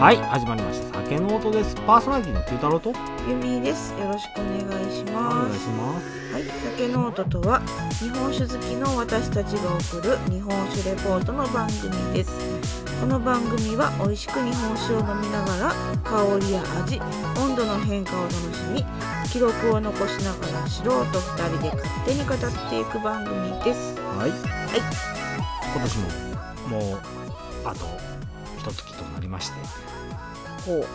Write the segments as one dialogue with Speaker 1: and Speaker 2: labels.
Speaker 1: はい始まりました酒の音ですパーソナリティの九太郎とお
Speaker 2: ゆみです。よろしくお願いし
Speaker 1: 願
Speaker 2: ま
Speaker 1: いし
Speaker 2: す。
Speaker 1: ます
Speaker 2: はい、酒ノートとは日本酒好きの私たちが送る日本酒レポートの番組です。この番組は美味しく日本酒を飲みながら香りや味、温度の変化を楽しみ、記録を残しながら素人2人で勝手に語っていく番組です。
Speaker 1: はい、今年ももうあと一月となりまして
Speaker 2: ほう、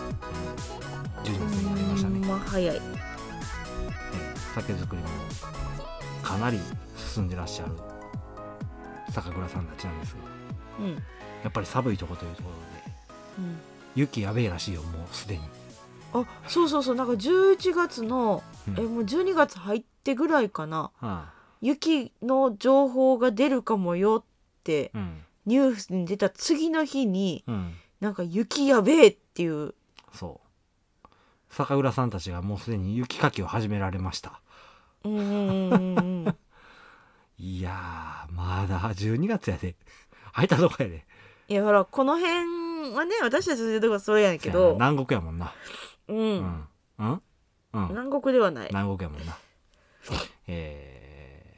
Speaker 1: 12月になりました
Speaker 2: ほん
Speaker 1: ね
Speaker 2: ま早い。
Speaker 1: えー酒造りもかなり進んでらっしゃる酒蔵さんたちなんですが
Speaker 2: うん、
Speaker 1: やっぱり寒いとこというところで雪やべえらしいよもうすでに
Speaker 2: うん。あ、そうそうそう、なんか11月の、
Speaker 1: うん
Speaker 2: え、もう12月入ってぐらいかな。
Speaker 1: はあ
Speaker 2: 雪の情報が出るかもよって
Speaker 1: うん
Speaker 2: ニュースに出た次の日に
Speaker 1: うん
Speaker 2: なんか雪やべえっていう
Speaker 1: そう酒蔵さんたちがもうすでに雪かきを始められました
Speaker 2: うーん
Speaker 1: いやーまだ12月やで 入ったとこやで
Speaker 2: いやほらこの辺はね私たちの言うとこはそうやねんけ
Speaker 1: そやな
Speaker 2: ど、
Speaker 1: 南国やもんな
Speaker 2: うん
Speaker 1: うんうん、うん、
Speaker 2: 南国ではない
Speaker 1: 南国やもんなえ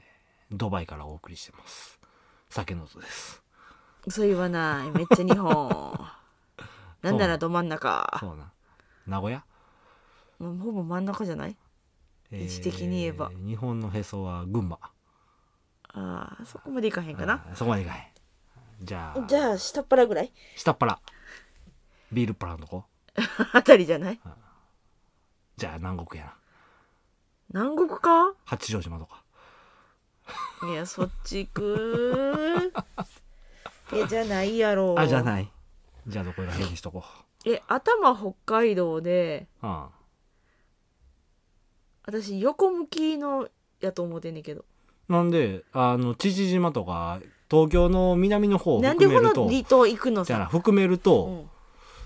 Speaker 1: ー、ドバイからお送りしてます酒の音です
Speaker 2: そう言わないめっちゃ日本 なんならど真ん中
Speaker 1: そうな名古屋、
Speaker 2: もうほぼ真ん中じゃない
Speaker 1: えー
Speaker 2: 位置的に言えば
Speaker 1: 日本のへそは群馬
Speaker 2: あーそこまでいかへんかな
Speaker 1: あーそこまでいかへんじゃあ
Speaker 2: じゃあ下っ腹ぐらい
Speaker 1: 下っ腹ビールっ腹のとこ
Speaker 2: あたりじゃない
Speaker 1: じゃあ南国やな
Speaker 2: 南国か
Speaker 1: 八丈島とか
Speaker 2: いやそっち行くいやじゃないやろ
Speaker 1: あじゃあ
Speaker 2: い
Speaker 1: ないじゃあどこら辺にしとこ
Speaker 2: え頭北海道で
Speaker 1: ううん
Speaker 2: 私横向きのやと思ってんねんけど
Speaker 1: なんであの父島とか東京の南の方を
Speaker 2: なんで
Speaker 1: 含め
Speaker 2: こ
Speaker 1: る
Speaker 2: の
Speaker 1: と
Speaker 2: 離島行くの
Speaker 1: じゃあ
Speaker 2: さ、
Speaker 1: 含める
Speaker 2: う
Speaker 1: と
Speaker 2: ん、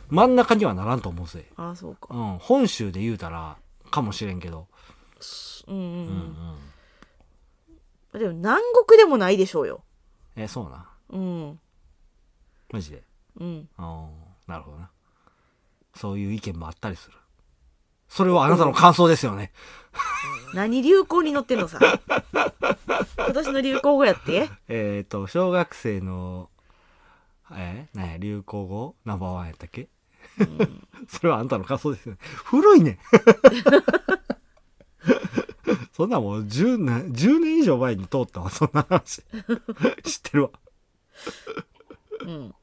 Speaker 1: 真ん中にはならんと思うぜ、
Speaker 2: ああそう
Speaker 1: う
Speaker 2: か
Speaker 1: ん、本州で言うたらかもしれんけど、
Speaker 2: うんうん
Speaker 1: う
Speaker 2: うん
Speaker 1: うん
Speaker 2: ん、でも南国でもないでしょうよ
Speaker 1: えそうな
Speaker 2: うん
Speaker 1: マジで
Speaker 2: うん
Speaker 1: うんなるほどなそういう意見もあったりするそれはあなたの感想ですよね、
Speaker 2: 何流行に乗ってんの さ今年の流行語やって
Speaker 1: えっ、と小学生のえなんや流行語ナンバーワンやったっけ、 それはあんたの感想ですよね古いね そんなもう 10, 年10年以上前に通ったわそんな話 知ってるわ
Speaker 2: うん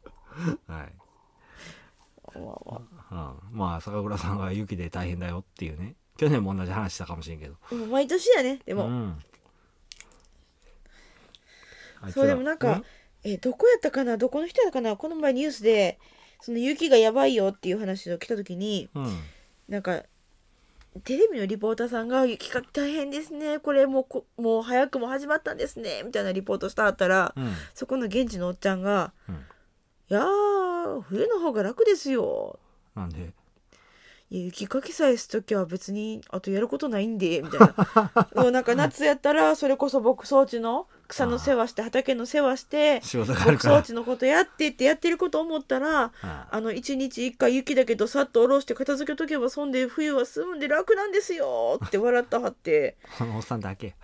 Speaker 1: はい、
Speaker 2: わわ
Speaker 1: うん、まあ酒蔵さんは雪で大変だよっていうね去年も同じ話したかもしれんけど
Speaker 2: もう毎年やねで
Speaker 1: で
Speaker 2: も、
Speaker 1: ん、あいつら
Speaker 2: そうでもなんか、えどこやったかなどこの人やったかなこの前ニュースでその雪がやばいよっていう話が来た時に
Speaker 1: うん、うん
Speaker 2: なんかテレビのリポーターさんが「雪かき大変ですねこれもうこもう早くも始まったんですね」みたいなリポートしたはったら、
Speaker 1: うん
Speaker 2: そこの現地のおっちゃんが
Speaker 1: うん
Speaker 2: 「いやー冬の方が楽ですよ」
Speaker 1: なんで
Speaker 2: いや雪かきさえすときは別にあとやることないんでみた いなもうなんか夏やったらそれこそ牧草地の草の世話して畑の世話して
Speaker 1: 仕事があ
Speaker 2: 牧
Speaker 1: るか
Speaker 2: 草
Speaker 1: ら
Speaker 2: 地のことやってってやってること思ったら
Speaker 1: あ
Speaker 2: あの一日一回雪だけどさっと下ろして片付けとけばそんで冬は済むんで楽なんで すよって笑ったはって
Speaker 1: あのおっさんだけ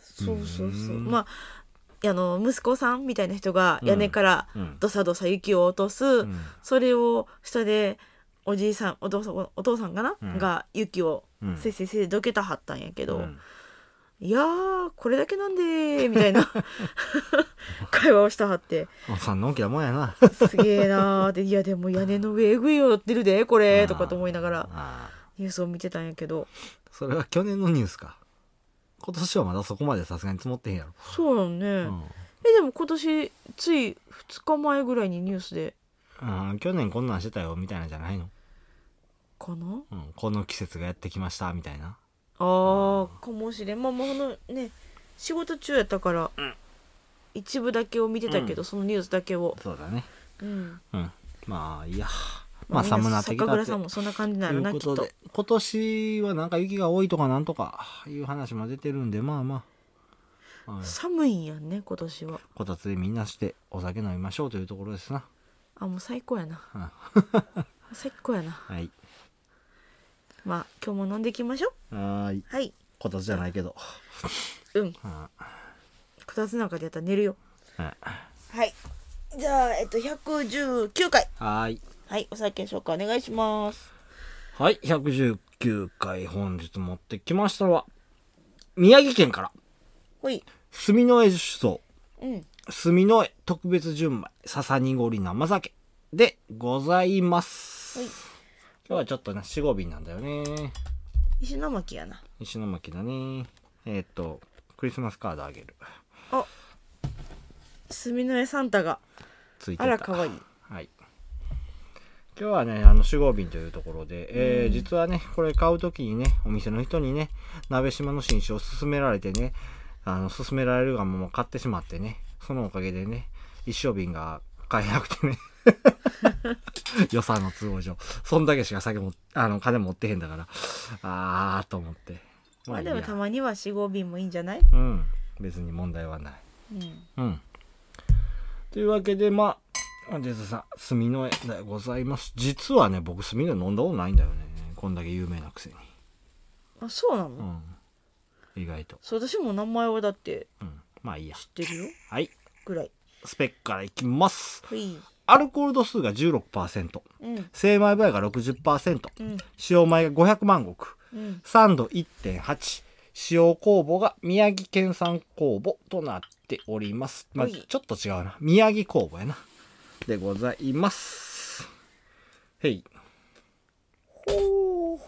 Speaker 2: そうそうそううんまああの息子さんみたいな人が屋根から
Speaker 1: うん
Speaker 2: どさどさ雪を落とす、
Speaker 1: うん
Speaker 2: それを下でおじいさんお父さんお父さんかな、
Speaker 1: うん
Speaker 2: が雪を
Speaker 1: うん
Speaker 2: せいせいせいでどけたはったんやけど、
Speaker 1: うん
Speaker 2: いやーこれだけなんでーみた いな会話をしたはって。
Speaker 1: おっさんのんきなもんやな
Speaker 2: すげえなーって「いやでも屋根の上えぐいよってるでこれ」とかと思いながら
Speaker 1: あー
Speaker 2: ニュースを見てたんやけど
Speaker 1: それは去年のニュースか今年はまだそこまでさすがに積もってへんやろ、
Speaker 2: そうやんね、
Speaker 1: うん
Speaker 2: えでも今年つい2日前ぐらいにニュースで
Speaker 1: うん、去年こんなんしてたよみたいなんじゃないの、
Speaker 2: かな
Speaker 1: うん、この季節がやってきましたみたいな
Speaker 2: あーかもしれんまあまあこのね仕事中やったから、一部だけを見てたけど、そのニュースだけを、
Speaker 1: そうだね
Speaker 2: うん、
Speaker 1: うんまあいいやまあ
Speaker 2: みん
Speaker 1: 寒なってきた
Speaker 2: 酒
Speaker 1: っ
Speaker 2: 蔵
Speaker 1: て
Speaker 2: さんもそんな感じなのな
Speaker 1: いう
Speaker 2: き
Speaker 1: こ
Speaker 2: っと
Speaker 1: とで今年はなんか雪が多いとかなんとかいう話も出てるんでまあまはい
Speaker 2: 寒いんやんね今年は
Speaker 1: こたつでみんなしてお酒飲みましょうというところですな。
Speaker 2: あもう最高やな
Speaker 1: うん
Speaker 2: 最高やな
Speaker 1: はい。
Speaker 2: まあ今日も飲んでいきましょう
Speaker 1: はーい。
Speaker 2: はい
Speaker 1: こたつじゃないけど。
Speaker 2: うんこ
Speaker 1: うん
Speaker 2: たつなんかでやったら寝るよ
Speaker 1: はい
Speaker 2: はいじゃあえっと119回
Speaker 1: はーい。
Speaker 2: はいお酒紹介お願いします
Speaker 1: はい。119回本日持ってきましたのは、宮城県から、
Speaker 2: ほい
Speaker 1: 住之江酒造、
Speaker 2: うん
Speaker 1: 住之江特別純米、笹濁り生酒でございます。
Speaker 2: はい
Speaker 1: 今日はちょっとね、四五瓶なんだよね。
Speaker 2: 石巻やな
Speaker 1: 石巻だね。えーっと、クリスマスカードあげる。
Speaker 2: あ墨の絵サンタが
Speaker 1: ついてた
Speaker 2: あら可愛い
Speaker 1: はい。今日はね、あの、集合便というところで、えー実はね、これ買うときにね、お店の人にね、鍋島の新酒を勧められてね、あの、勧められるがまま買ってしまってね、そのおかげでね、一升瓶が買えなくて ね、 予算の都合上。そんだけしか酒も、あの、金持ってへんだから、あーと思って。
Speaker 2: まあ
Speaker 1: いい
Speaker 2: で
Speaker 1: や
Speaker 2: もたまには四合瓶もいいんじゃない
Speaker 1: うん。別に問題はない。
Speaker 2: うん
Speaker 1: うん。というわけで、まあ、本日さん、墨の絵でございます。実はね、僕、墨の絵飲んだことないんだよね。こんだけ有名なくせに。
Speaker 2: あそうなの、
Speaker 1: うん。意外と。
Speaker 2: そう私も名前はだって
Speaker 1: うん。まあいいや。
Speaker 2: 知ってるよ
Speaker 1: はい。
Speaker 2: ぐらい
Speaker 1: スペックからいきます。
Speaker 2: ほい
Speaker 1: アルコール度数が16%、
Speaker 2: うん
Speaker 1: 精米部合が60%、
Speaker 2: うん
Speaker 1: 塩米が500万石、
Speaker 2: うん
Speaker 1: 酸度1.8、使用酵母が宮城県産酵母となっております。まあ、
Speaker 2: はい
Speaker 1: ちょっと違うな。宮城酵母やな。でございます。へい。
Speaker 2: ほ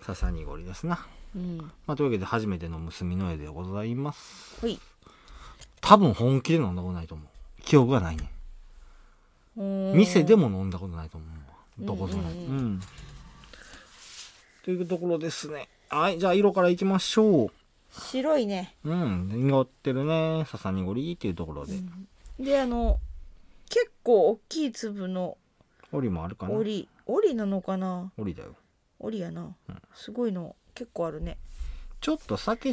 Speaker 1: 笹濁りですな。
Speaker 2: ううん
Speaker 1: まあ、というわけで初めての娘の絵でございます。
Speaker 2: ほい
Speaker 1: 多分本気で飲んだことないと思う。記憶がないね。店で
Speaker 2: も
Speaker 1: も飲んだことないと思う。どこぞな
Speaker 2: うん
Speaker 1: い。
Speaker 2: う
Speaker 1: うん。
Speaker 2: うん
Speaker 1: というところですね。はい。じゃあ、色からいきましょう。
Speaker 2: 白いね
Speaker 1: うん、濁ってるね。笹濁りっていうところで。
Speaker 2: であの結構大きい粒の
Speaker 1: 檻もあるかな。檻
Speaker 2: 檻檻なのかな
Speaker 1: だよ。
Speaker 2: 檻やな、
Speaker 1: うん
Speaker 2: すごいの結構あるね
Speaker 1: ちょっと酒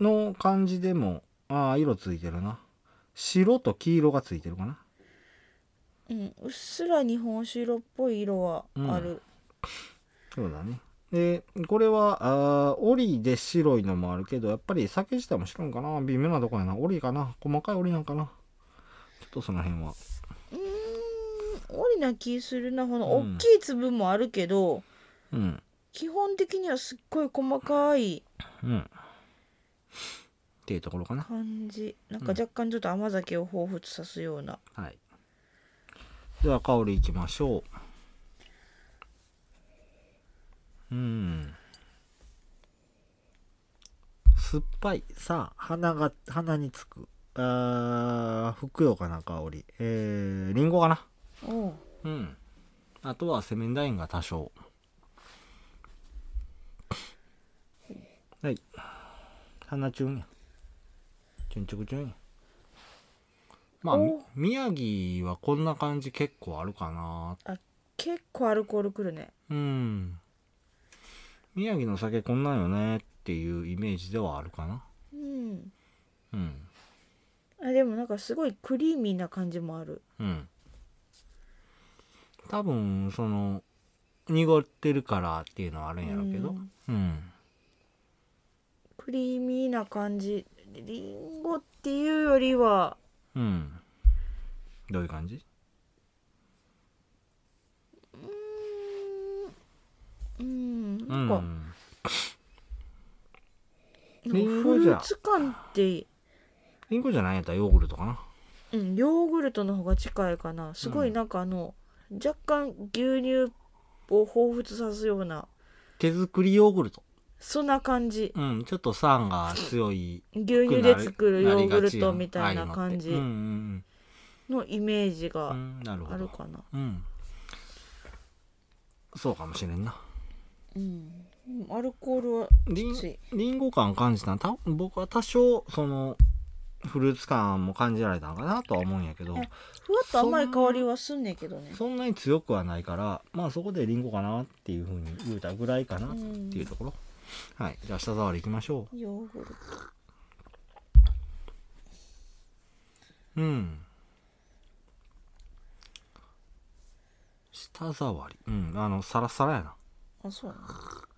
Speaker 1: の感じでも、ああ、色ついてるな。白と黄色がついてるかな。
Speaker 2: うんうっすら日本酒色っぽい色はある、
Speaker 1: そうだね。で、これは、ああ、檻で白いのもあるけど、やっぱり酒自体も白いんかな。微妙なとこやな。檻かな。細かい檻なんかな。ちょっとその辺は。
Speaker 2: うーん檻な気するなこの
Speaker 1: う
Speaker 2: 大
Speaker 1: ん
Speaker 2: きい粒もあるけど、
Speaker 1: うん。
Speaker 2: 基本的にはすっごい細かい
Speaker 1: うん。っていうところかな。
Speaker 2: 感じなんか若干ちょっと甘酒を彷彿さすような
Speaker 1: はい。では香りいきましょう。うん。酸っぱい。さあ、鼻が、鼻につく。あーふくよかな香り。えー、りんごかな。
Speaker 2: おう
Speaker 1: うん。あとはセメンダインが多少。はい。鼻チュンや。チュンチュクチュンや。まあ、み
Speaker 2: お
Speaker 1: 宮城はこんな感じ結構あるかな。
Speaker 2: 結構アルコールくるね
Speaker 1: うん。宮城の酒こんなんよねっていうイメージではあるかな。
Speaker 2: うん
Speaker 1: うん。
Speaker 2: あでもなんかすごいクリーミーな感じもある
Speaker 1: うん。多分、その、濁ってるからっていうのはあるんやろうけど。
Speaker 2: うん
Speaker 1: うん
Speaker 2: クリーミーな感じりんごっていうよりは
Speaker 1: うん。どういう感じ
Speaker 2: うん
Speaker 1: う
Speaker 2: なんか、
Speaker 1: ん。
Speaker 2: なんかフルーツ感って
Speaker 1: リンゴじゃないんやったらヨーグルトかな。
Speaker 2: うんヨーグルトの方が近いかなすごいなんかあの、若干牛乳を彷彿さすような
Speaker 1: 手作りヨーグルト。
Speaker 2: そんな感じ
Speaker 1: うん。ちょっと酸が強い。
Speaker 2: 牛乳で作るヨーグルトみたいな感
Speaker 1: ああいう
Speaker 2: じ
Speaker 1: のって
Speaker 2: のイメージ
Speaker 1: うんうんうん。うん、
Speaker 2: が
Speaker 1: なる
Speaker 2: あ
Speaker 1: ほ
Speaker 2: る
Speaker 1: ど。
Speaker 2: かな。
Speaker 1: うん。そうかもしれんな。
Speaker 2: うん、アルコールは
Speaker 1: リン
Speaker 2: きつい
Speaker 1: リンゴ感感じたんた僕は多少、その、フルーツ感も感じられたんかなとは思うんやけど、
Speaker 2: ふわっと甘い香りはすんねんけどね。
Speaker 1: そんなに強くはないから、まあそこでリンゴかなっていうふうに言うたぐらいかなっていうところ。はい。じゃあ舌触りいきましょう。
Speaker 2: ヨーグル
Speaker 1: うん舌触りうんあのサラサラやな
Speaker 2: あそうなの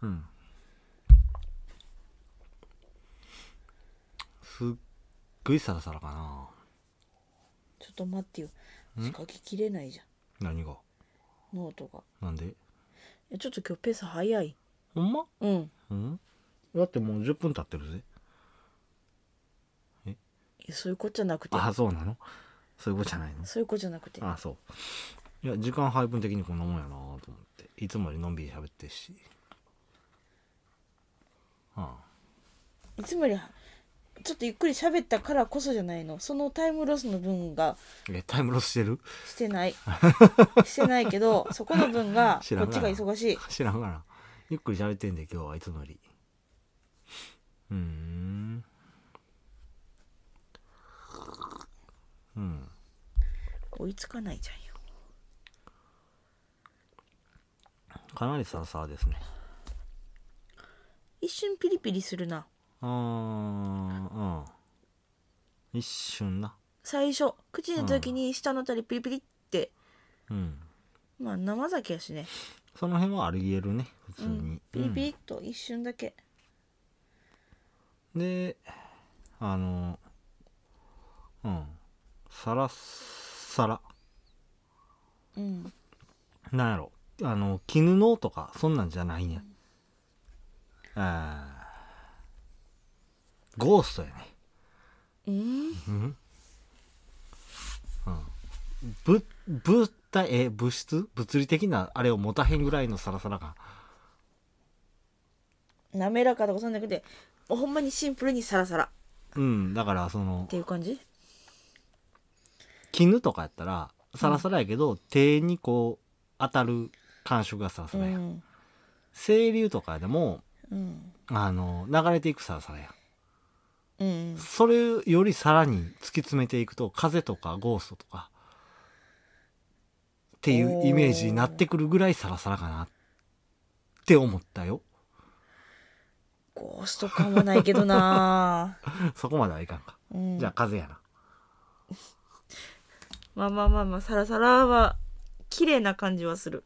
Speaker 1: うんすっごいサラサラかな
Speaker 2: ちょっと待ってよ仕掛けきれないじゃん
Speaker 1: 何が
Speaker 2: ノートが
Speaker 1: なんで
Speaker 2: いやちょっと今日ペース早い
Speaker 1: ほんま
Speaker 2: うん
Speaker 1: うんだってもう10分経ってるぜ
Speaker 2: いやそういうことじゃなくて
Speaker 1: あそうなのそういうことじゃないの
Speaker 2: そういうことじゃなくて
Speaker 1: あそういや時間配分的にこんなもんやなと思っていつもよりのんびり喋ってるしあ
Speaker 2: いつもよりちょっとゆっくり喋ったからこそじゃないのそのタイムロスの分が
Speaker 1: あえタイムロスしてる
Speaker 2: してないしてないけどそこの分が
Speaker 1: 知
Speaker 2: こ
Speaker 1: らん
Speaker 2: っ
Speaker 1: が
Speaker 2: ち
Speaker 1: な
Speaker 2: が忙しい
Speaker 1: 知らんがなゆっくり喋ってんで今日はいつもよりうーんうん
Speaker 2: 追いつかないじゃんよ
Speaker 1: かなりサラサラですね
Speaker 2: 一瞬ピリピリするな
Speaker 1: あーうん一瞬な
Speaker 2: 最初口の時に下のあたりピリピリって
Speaker 1: うん
Speaker 2: まあ生酒やしね、
Speaker 1: その辺はありえるね普通
Speaker 2: う
Speaker 1: に、
Speaker 2: ん、ピリピリっと一瞬だけ
Speaker 1: であのうんサラッサラ
Speaker 2: うん
Speaker 1: なんやろあの絹のとかそんなんじゃないね、あーゴーストやね
Speaker 2: うん
Speaker 1: ぶ物体え物質物理的なあれを持たへんぐらいのサラサラ感
Speaker 2: 滑らかとかそんなくてもうほんまにシンプルにサラサラっ
Speaker 1: うんだからその
Speaker 2: ていう感じ
Speaker 1: 絹とかやったらサラサラやけど、手にこう当たる感触がサラ
Speaker 2: う
Speaker 1: サラや、
Speaker 2: ん
Speaker 1: 清流とかでも
Speaker 2: うん
Speaker 1: あの流れていくサラサラや
Speaker 2: うん
Speaker 1: それよりさらに突き詰めていくと風とかゴーストとかっていうイメージになってくるぐらいサラサラかなって思ったよ
Speaker 2: ゴースト感はないけどな
Speaker 1: そこまではいかんか、
Speaker 2: うん
Speaker 1: じゃあ風やな
Speaker 2: まあまあまあまあサラサラは綺麗な感じはする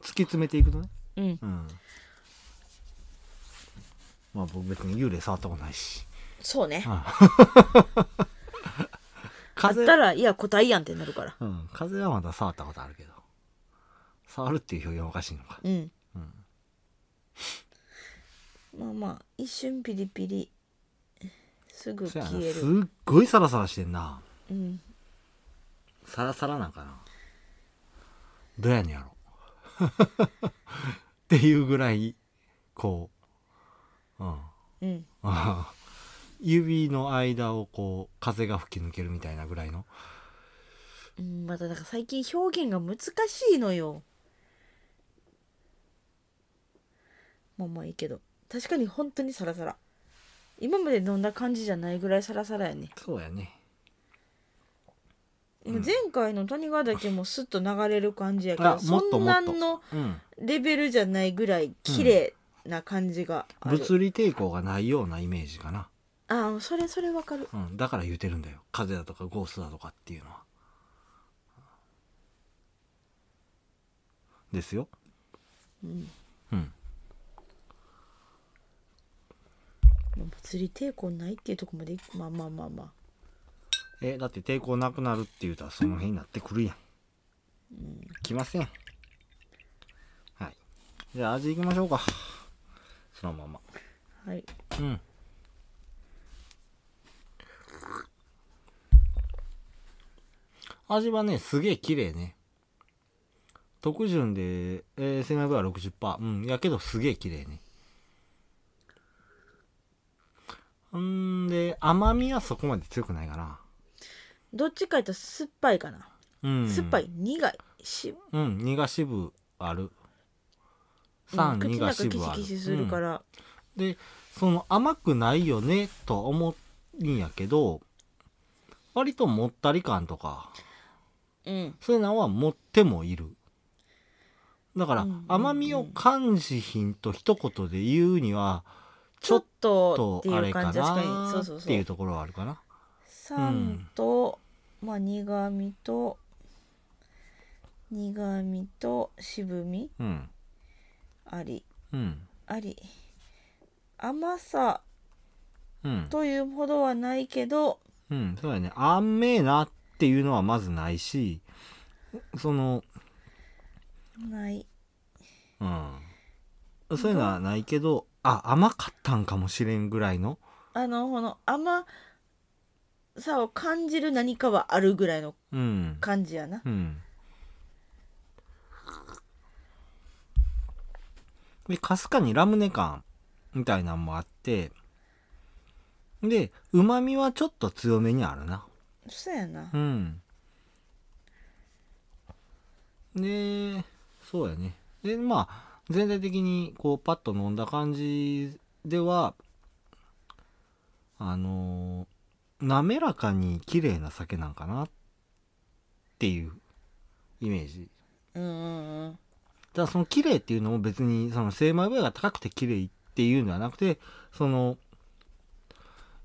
Speaker 1: 突き詰めていくとね
Speaker 2: うん
Speaker 1: うんまあ僕別に幽霊触ったことないし
Speaker 2: そうねあっ
Speaker 1: 風
Speaker 2: たらいや答えやんってなるから
Speaker 1: うん風はまだ触ったことあるけど触るっていう表現おかしいのか
Speaker 2: うん、まあまあ一瞬ピリピリすぐ
Speaker 1: そ
Speaker 2: 消
Speaker 1: やな
Speaker 2: え
Speaker 1: す
Speaker 2: る
Speaker 1: っごいサラサラしてんな
Speaker 2: うん
Speaker 1: サラサラなんかなどうやねんやろ っていうぐらいこう、うん、
Speaker 2: うん
Speaker 1: 指の間をこう風が吹き抜けるみたいなぐらいの
Speaker 2: うんまただから最近表現が難しいのよまあまあいいけど確かに本当にサラサラ今まで飲んだ感じじゃないぐらいサラサラやね
Speaker 1: そうやね
Speaker 2: もう前回の谷川岳もスッと流れる感じやけ
Speaker 1: あ
Speaker 2: ど
Speaker 1: もっ
Speaker 2: そ
Speaker 1: と
Speaker 2: ん
Speaker 1: もっ
Speaker 2: な
Speaker 1: と
Speaker 2: の
Speaker 1: うん
Speaker 2: レベルじゃないぐらい綺麗な感じがある、
Speaker 1: 物理抵抗がないようなイメージかな、
Speaker 2: ああそれそれわかる
Speaker 1: うん、だから言うてるんだよ風だとかゴーストだとかっていうのはですようん
Speaker 2: 物理抵抗ないっていうとこまでまあまあまあまあ
Speaker 1: えだって抵抗なくなるって言うたらその辺になってくるやん、来ませんはいじゃあ味いきましょうかそのまま
Speaker 2: はい
Speaker 1: うん味はねすげえ綺麗ね特潤で、えー、セナブは60%うんやけどすげえ綺麗ねうんで甘みはそこまで強くないかな
Speaker 2: どっちか言ったら酸っぱいかな、
Speaker 1: うん、
Speaker 2: 酸っぱい苦いし
Speaker 1: うん苦がしぶある
Speaker 2: うん
Speaker 1: 酸
Speaker 2: 口
Speaker 1: 苦
Speaker 2: の
Speaker 1: が
Speaker 2: 中
Speaker 1: し
Speaker 2: キ
Speaker 1: ぶ
Speaker 2: シ
Speaker 1: ある
Speaker 2: キシするから、
Speaker 1: うんでその甘くないよねとは思うんやけど割ともったり感とか
Speaker 2: うん
Speaker 1: そういうのは持ってもいるだから
Speaker 2: うんうんうん
Speaker 1: 甘みを感じひんと一言で言うには
Speaker 2: ちょっと
Speaker 1: と
Speaker 2: って
Speaker 1: あ
Speaker 2: い
Speaker 1: れ
Speaker 2: う
Speaker 1: か
Speaker 2: 感じ確かに
Speaker 1: な
Speaker 2: そうそう
Speaker 1: っ
Speaker 2: そ
Speaker 1: ていう
Speaker 2: う
Speaker 1: ところはあるかな
Speaker 2: 酸と、まあ苦味と苦味と渋み
Speaker 1: うん
Speaker 2: あり
Speaker 1: うん
Speaker 2: あり甘さ
Speaker 1: うん
Speaker 2: というほどはないけど
Speaker 1: うんそうだねあんめえなっていうのはまずないしその
Speaker 2: ない
Speaker 1: うんそういうのはないけどあ甘かったんかもしれんぐらいの
Speaker 2: あのこの甘さを感じる何かはあるぐらいの
Speaker 1: うん
Speaker 2: 感じやな
Speaker 1: うんでかすかにラムネ感みたいなんもあってでうまみはちょっと強めにあるな
Speaker 2: そうやな
Speaker 1: うん。で、そうやね。で、まあ、全体的にこう、パッと飲んだ感じでは、あのー滑らかに綺麗な酒なんかなっていうイメージ。
Speaker 2: うんうんうん
Speaker 1: ただその綺麗っていうのも別にその精米部位が高くて綺麗っていうんではなくてその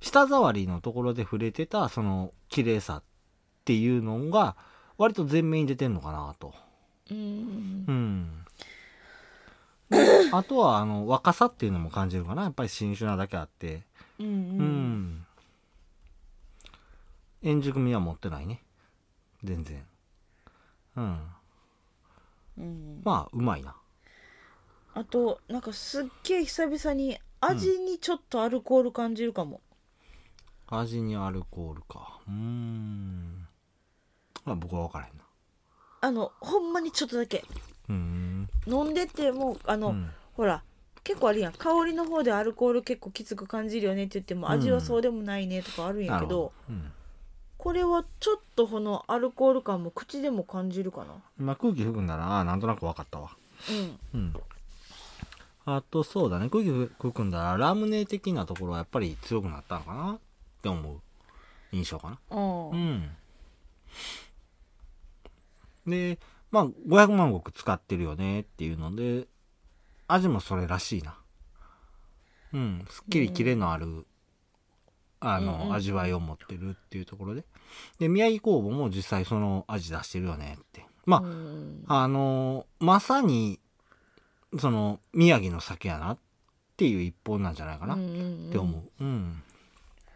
Speaker 1: 舌触りのところで触れてたその綺麗さっていうのが割と前面に出てんのかなと。
Speaker 2: うんうん
Speaker 1: うん。であとはあの若さっていうのも感じるかなやっぱり新種なだけあって。
Speaker 2: うんう
Speaker 1: うんん。円熟味は持ってないね。全然。うん。
Speaker 2: うんうん
Speaker 1: まあうまいな。
Speaker 2: あとなんかすっげえ久々に味にちょっとアルコール感じるかも、
Speaker 1: 味にアルコールかうーんまあ僕は分からへんな
Speaker 2: あのほんまにちょっとだけ
Speaker 1: うーん
Speaker 2: 飲んでてもうあの、
Speaker 1: うん
Speaker 2: ほら結構あるやん香りの方でアルコール結構きつく感じるよねって言っても
Speaker 1: うん
Speaker 2: 味はそうでもないねとかあるんや
Speaker 1: な
Speaker 2: け
Speaker 1: る
Speaker 2: ど,、
Speaker 1: ほど、うん
Speaker 2: これはちょっとこのアルコール感も口でも感じるかな
Speaker 1: まあ、空気吹くんならああなんとなく分かったわ
Speaker 2: うん
Speaker 1: うんあとそうだね空気吹くんだらラムネ的なところはやっぱり強くなったのかなって思う印象かな
Speaker 2: うん
Speaker 1: うんでまあ500万石使ってるよねっていうので味もそれらしいなうんすっきりキレのある、あの、
Speaker 2: うんうん
Speaker 1: 味わいを持ってるっていうところでで宮城工房も実際その味出してるよねってまあ、
Speaker 2: うん
Speaker 1: あのーまさにその宮城の酒やなっていう一本なんじゃないかな、
Speaker 2: うん
Speaker 1: って思う。うん。っ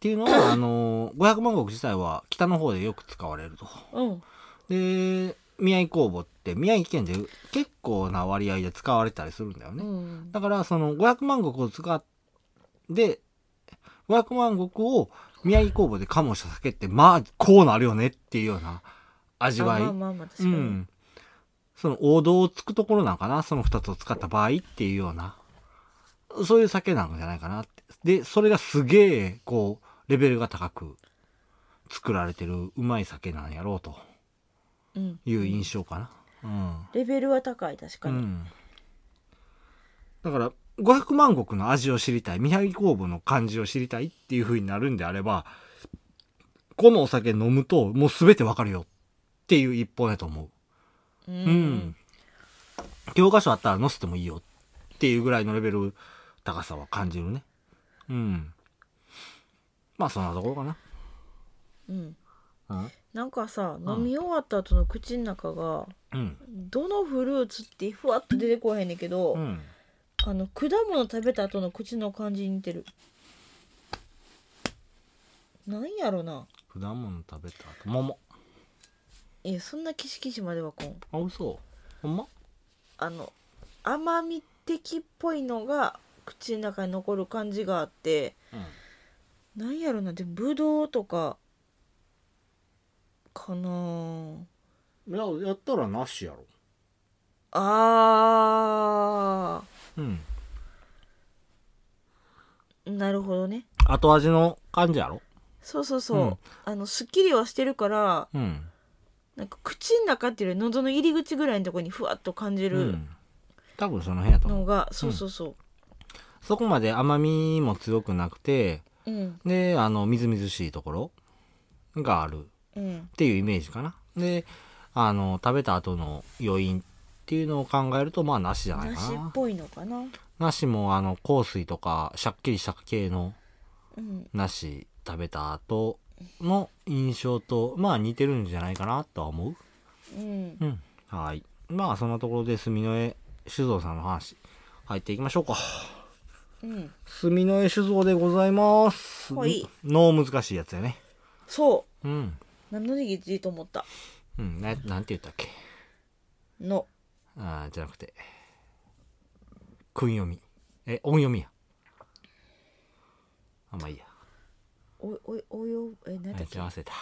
Speaker 1: ていうのは、あのー、500万石自体は北の方でよく使われると。
Speaker 2: うん
Speaker 1: で、宮城工房って宮城県で結構な割合で使われたりするんだよ
Speaker 2: う
Speaker 1: ね。
Speaker 2: ん
Speaker 1: だから、その500万石を使って、500万石を宮城工房で醸した酒って、まあ、こうなるよねっていうような味わい。
Speaker 2: あまあまあまあ確か
Speaker 1: う
Speaker 2: に、
Speaker 1: ん。その王道をつくところなのかなその2つを使った場合っていうような。そういう酒なんじゃないかなって。で、それがすげえ、こう、レベルが高く作られてるうまい酒なんやろうと
Speaker 2: うん
Speaker 1: いう印象かな。
Speaker 2: レベルは高い確
Speaker 1: う
Speaker 2: か
Speaker 1: ん。う
Speaker 2: に、
Speaker 1: ん。だから、500万石の味を知りたい、宮城工房の感じを知りたいっていう風になるんであれば、このお酒飲むともう全てわかるよっていう一本やと思う。
Speaker 2: うん
Speaker 1: うん。教科書あったら載せてもいいよっていうぐらいのレベル高さは感じるね。うん。まあそんなところかな。
Speaker 2: うん
Speaker 1: うん。
Speaker 2: なんかさ、
Speaker 1: うん
Speaker 2: 飲み終わった後の口の中が
Speaker 1: うん。
Speaker 2: どのフルーツってふわっと出てこへんねんけど、
Speaker 1: うん、
Speaker 2: あの果物食べた後の口の感じに似てるなんやろな
Speaker 1: 果物食べた後。桃。
Speaker 2: いやそんなキシキシまではこん
Speaker 1: あ、嘘。ほんま
Speaker 2: あの甘み的っぽいのが口の中に残る感じがあってなんやろなでもぶどうとかかな
Speaker 1: う
Speaker 2: ぁ
Speaker 1: ん。いや、やったらなしやろ。
Speaker 2: あ
Speaker 1: うん。
Speaker 2: ーなるほどね
Speaker 1: 後味の感じやろ。
Speaker 2: そうそうそう、
Speaker 1: うん
Speaker 2: あのすっきりはしてるから
Speaker 1: うん。
Speaker 2: なんか口の中っていうより喉の入り口ぐらいのところにふわっと感じ
Speaker 1: う
Speaker 2: る
Speaker 1: ん。多分その辺やと思
Speaker 2: の
Speaker 1: う。
Speaker 2: が、そうそうそ
Speaker 1: そこまで甘みも強くなくて、
Speaker 2: ううん
Speaker 1: で、あの、みずみずしいところがある。
Speaker 2: うん
Speaker 1: っていうイメージかな。で、あの、食べた後の余韻っていうのを考えるとまあなしじゃないか
Speaker 2: 梨っ
Speaker 1: な
Speaker 2: ぽいのかな
Speaker 1: なしもあの香水とかしゃっきりした系の
Speaker 2: うん
Speaker 1: なし食べた後の印象とまあ似てるんじゃないかなとは思う
Speaker 2: うん
Speaker 1: うんはいまあそんなところで住之江酒造さんの話入っていきましょうか
Speaker 2: うん
Speaker 1: 住之江酒造でございます
Speaker 2: ほい
Speaker 1: の難しいやつやね
Speaker 2: そ
Speaker 1: うん
Speaker 2: う何の時期いいと思った
Speaker 1: うんななんて言ったっけ
Speaker 2: の
Speaker 1: あーじゃなくて訓読みえ音読みやあまあいいや
Speaker 2: おおおよえ何だっけ
Speaker 1: 合わせた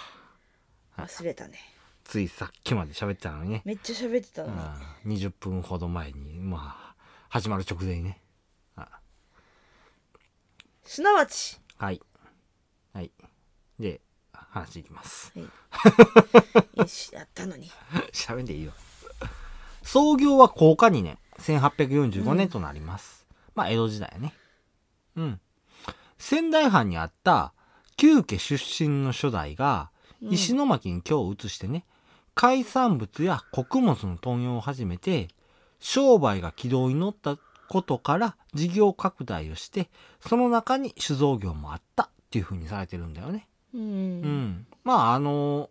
Speaker 2: 忘れたね
Speaker 1: ついさっきまで喋ってたのにね
Speaker 2: めっちゃ喋ってたのに
Speaker 1: あー20分ほど前にまあ始まる直前にね
Speaker 2: すなわち
Speaker 1: はいはいで話いきます
Speaker 2: よしやったのに
Speaker 1: 喋んでいいよ創業は高価2年1845年となります、まあ江戸時代やねうん仙台藩にあった旧家出身の初代が
Speaker 2: うん
Speaker 1: 石巻に京を移してね、海産物や穀物の問屋を始めて商売が軌道に乗ったことから事業拡大をしてその中に酒造業もあったっていうふうにされてるんだよね。
Speaker 2: う
Speaker 1: うんん、まああの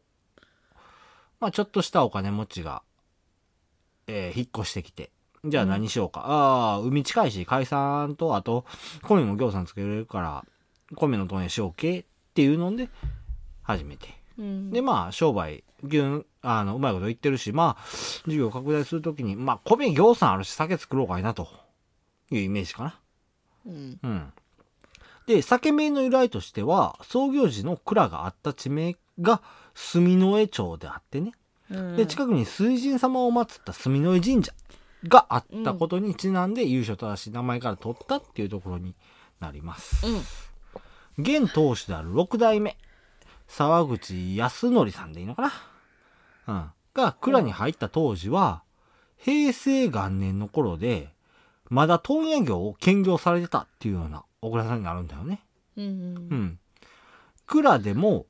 Speaker 1: まあちょっとしたお金持ちが、えー引っ越してきてじゃあ何しようか、ああ海近いし解散とあと米も行さんつけれるから米の問屋しようけっていうので始めて
Speaker 2: うん
Speaker 1: でまあ商売ぎゅんあのうまいこと言ってるしまあ事業拡大するときにまあ米行さんあるし酒作ろうかいなというイメージかな。
Speaker 2: うん
Speaker 1: うん。で、酒名の由来としては、創業時の蔵があった地名が住之江町であってね。
Speaker 2: うん
Speaker 1: で、近くに水神様を祀った住之江神社があったことにちなんで、由緒正しい名前から取ったっていうところになります。
Speaker 2: うん
Speaker 1: 現当主である6代目、沢口康則さんでいいのかなうん。が、蔵に入った当時は、平成元年の頃で、まだ問屋業を兼業されてたっていうような小倉さんになるんだよね。
Speaker 2: うん
Speaker 1: う、ん。蔵でも、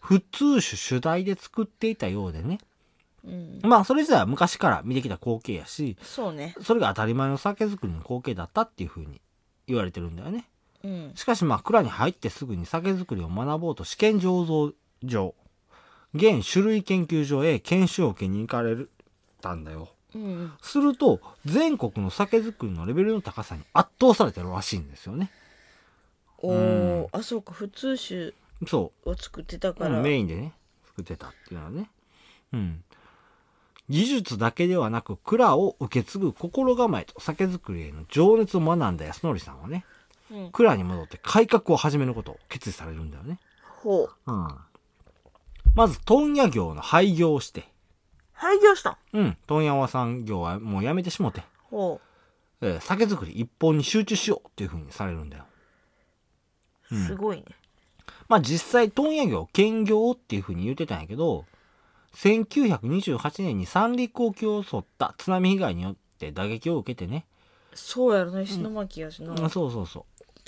Speaker 1: 普通酒主題で作っていたようでね。
Speaker 2: うん、
Speaker 1: まあ、それ自体は昔から見てきた光景やし、
Speaker 2: そうね
Speaker 1: それが当たり前の酒造りの光景だったっていうふうに言われてるんだよね。
Speaker 2: うん
Speaker 1: しかしまあ蔵に入ってすぐに酒造りを学ぼうと試験醸造所現種類研究所へ研修を受けに行かれたんだよ
Speaker 2: うん
Speaker 1: すると全国の酒造りのレベルの高さに圧倒されてるらしいんですよね
Speaker 2: おお、あそうか普通酒
Speaker 1: そ
Speaker 2: を作ってた
Speaker 1: う
Speaker 2: か
Speaker 1: う
Speaker 2: ら、
Speaker 1: んメインでね作ってたっていうのはねうん技術だけではなく蔵を受け継ぐ心構えと酒造りへの情熱を学んだ安則さんはね
Speaker 2: うん、
Speaker 1: 蔵に戻って改革を始めることを決意されるんだよね
Speaker 2: ほう
Speaker 1: うんまず、問屋業の廃業をして、
Speaker 2: 廃業したん
Speaker 1: うん、問屋さん業はもうやめてしもて、
Speaker 2: ほ
Speaker 1: えー酒造り一本に集中しようっていう風にされるんだよ。
Speaker 2: うすごいね、
Speaker 1: まあ実際、問屋業兼業っていう風に言ってたんやけど、1928年に三陸沖を襲った津波被害によって打撃を受けてね、
Speaker 2: そうやろな石巻やしな
Speaker 1: あそうそうそう。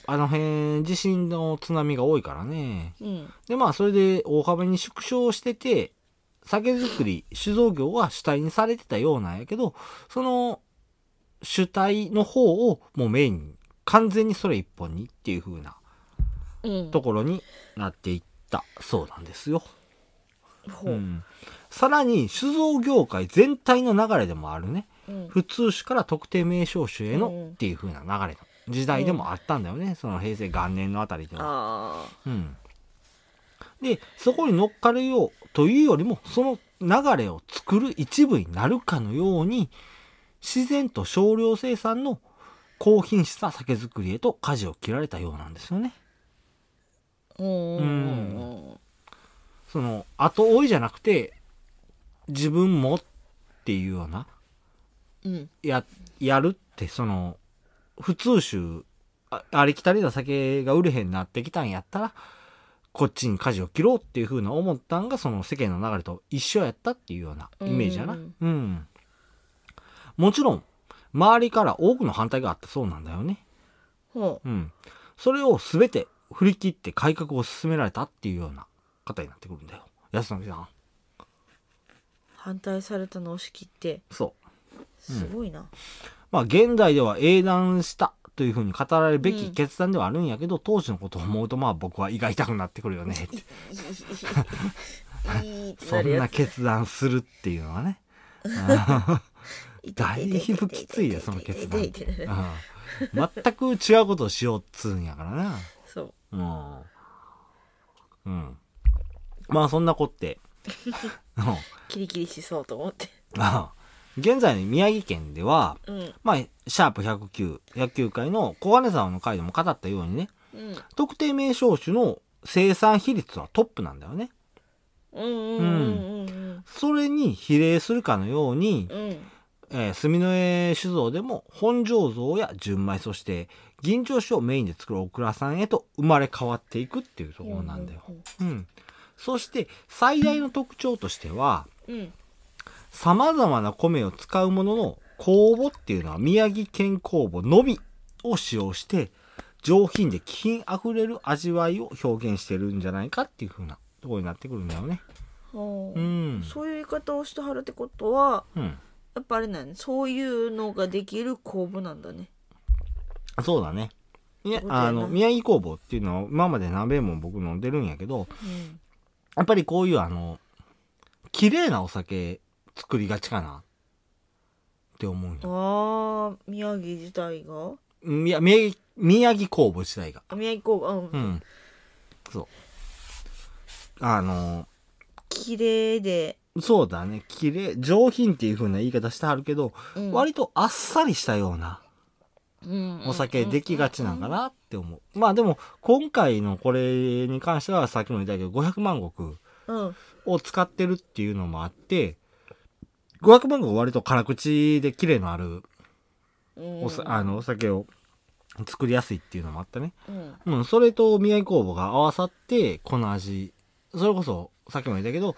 Speaker 1: あの辺、地震の津波が多いからね。
Speaker 2: うん
Speaker 1: で、まあそれで大幅に縮小してて、酒造り、酒造業は主体にされてたようなんやけど、その主体の方をもうメインに、完全にそれ一本にっていう風な
Speaker 2: うん
Speaker 1: ところになっていったそうなんですよ。
Speaker 2: ほ
Speaker 1: う。
Speaker 2: うん
Speaker 1: さらに酒造業界全体の流れでもあるね。
Speaker 2: うん
Speaker 1: 普通酒から特定名称酒へ
Speaker 2: う
Speaker 1: の
Speaker 2: ん
Speaker 1: っていう風な流れの時代でもあったんだよね。その平成元年のあたりでは。
Speaker 2: あ
Speaker 1: うん、でそこに乗っかるようというよりもその流れを作る一部になるかのように自然と少量生産の高品質な酒造りへと舵を切られたようなんですよね。
Speaker 2: あうんうん
Speaker 1: その後追いじゃなくて自分もっていうような
Speaker 2: うん
Speaker 1: ややるってその普通酒あありきたりな酒が売れへんなってきたんやったらこっちに舵を切ろうっていう風な思ったんがその世間の流れと一緒やったっていうようなイメージやな。
Speaker 2: う
Speaker 1: うんん、もちろん周りから多くの反対があったそうなんだよね。
Speaker 2: ほ
Speaker 1: うん、それを全て振り切って改革を進められたっていうような方になってくるんだよ。安野さん
Speaker 2: う反対されたのを押し切って
Speaker 1: そう
Speaker 2: すごいな、
Speaker 1: まあ、現代では英断したというふうに語られるべき決断ではあるんやけど、当時のことを思うとまあ僕は胃が痛くなってくるよ ねって
Speaker 2: いいいいって
Speaker 1: そ
Speaker 2: なる
Speaker 1: んな
Speaker 2: やつ
Speaker 1: 決断するっていうのはねだいぶきついよその決断って、うん、全く違うことをしようっつうんやからな
Speaker 2: そう
Speaker 1: うんうんまあそんなこ って、うん
Speaker 2: キリキリしそうと思って
Speaker 1: あ現在の宮城県では、
Speaker 2: うん
Speaker 1: まあ、シャープ109野球界の小金沢の回でも語ったようにね
Speaker 2: うん
Speaker 1: 特定名称種の生産比率はトップなんだよね
Speaker 2: うんうんうん
Speaker 1: それに比例するかのように、
Speaker 2: うんうん
Speaker 1: えー住之江酒造でも本醸造や純米そして銀醸酒をメインで作るオクラさんへと生まれ変わっていくっていうところなんだよ、うん、そして最大の特徴としては
Speaker 2: うん
Speaker 1: さまざまな米を使うものの酵母っていうのは宮城県酵母のみを使用して上品で気品あふれる味わいを表現してるんじゃないかっていう風なところになってくるんだよね。
Speaker 2: ほう
Speaker 1: うん。
Speaker 2: そういう言い方をしてはるってことは
Speaker 1: うん、
Speaker 2: やっぱあれなんねそういうのができる公募なんだね
Speaker 1: そうだね。いや
Speaker 2: そうだよな
Speaker 1: あの宮城工房っていうのは今まで何べんも僕飲んでるんやけど
Speaker 2: うん
Speaker 1: やっぱりこういうあの綺麗なお酒作りがちかなって思うよ。
Speaker 2: あー宮城自体が
Speaker 1: うんいや宮城宮城工房自体が。
Speaker 2: あ宮城公募うん、
Speaker 1: うん。そう。あの、
Speaker 2: 綺麗で、
Speaker 1: そうだね。綺麗、上品っていう風な言い方してはるけど、
Speaker 2: うん
Speaker 1: 割とあっさりしたような
Speaker 2: うん
Speaker 1: お酒できがちなんかなって思う。まあでも、今回のこれに関しては、さっきも言ったけど、500万石
Speaker 2: うん
Speaker 1: を使ってるっていうのもあって、500万石は割と辛口で綺麗のある
Speaker 2: うん
Speaker 1: おさ、あの、お酒を作りやすいっていうのもあったね。
Speaker 2: うん
Speaker 1: うん、それと宮城工房が合わさって、この味、それこそ、さっきも言ったけど、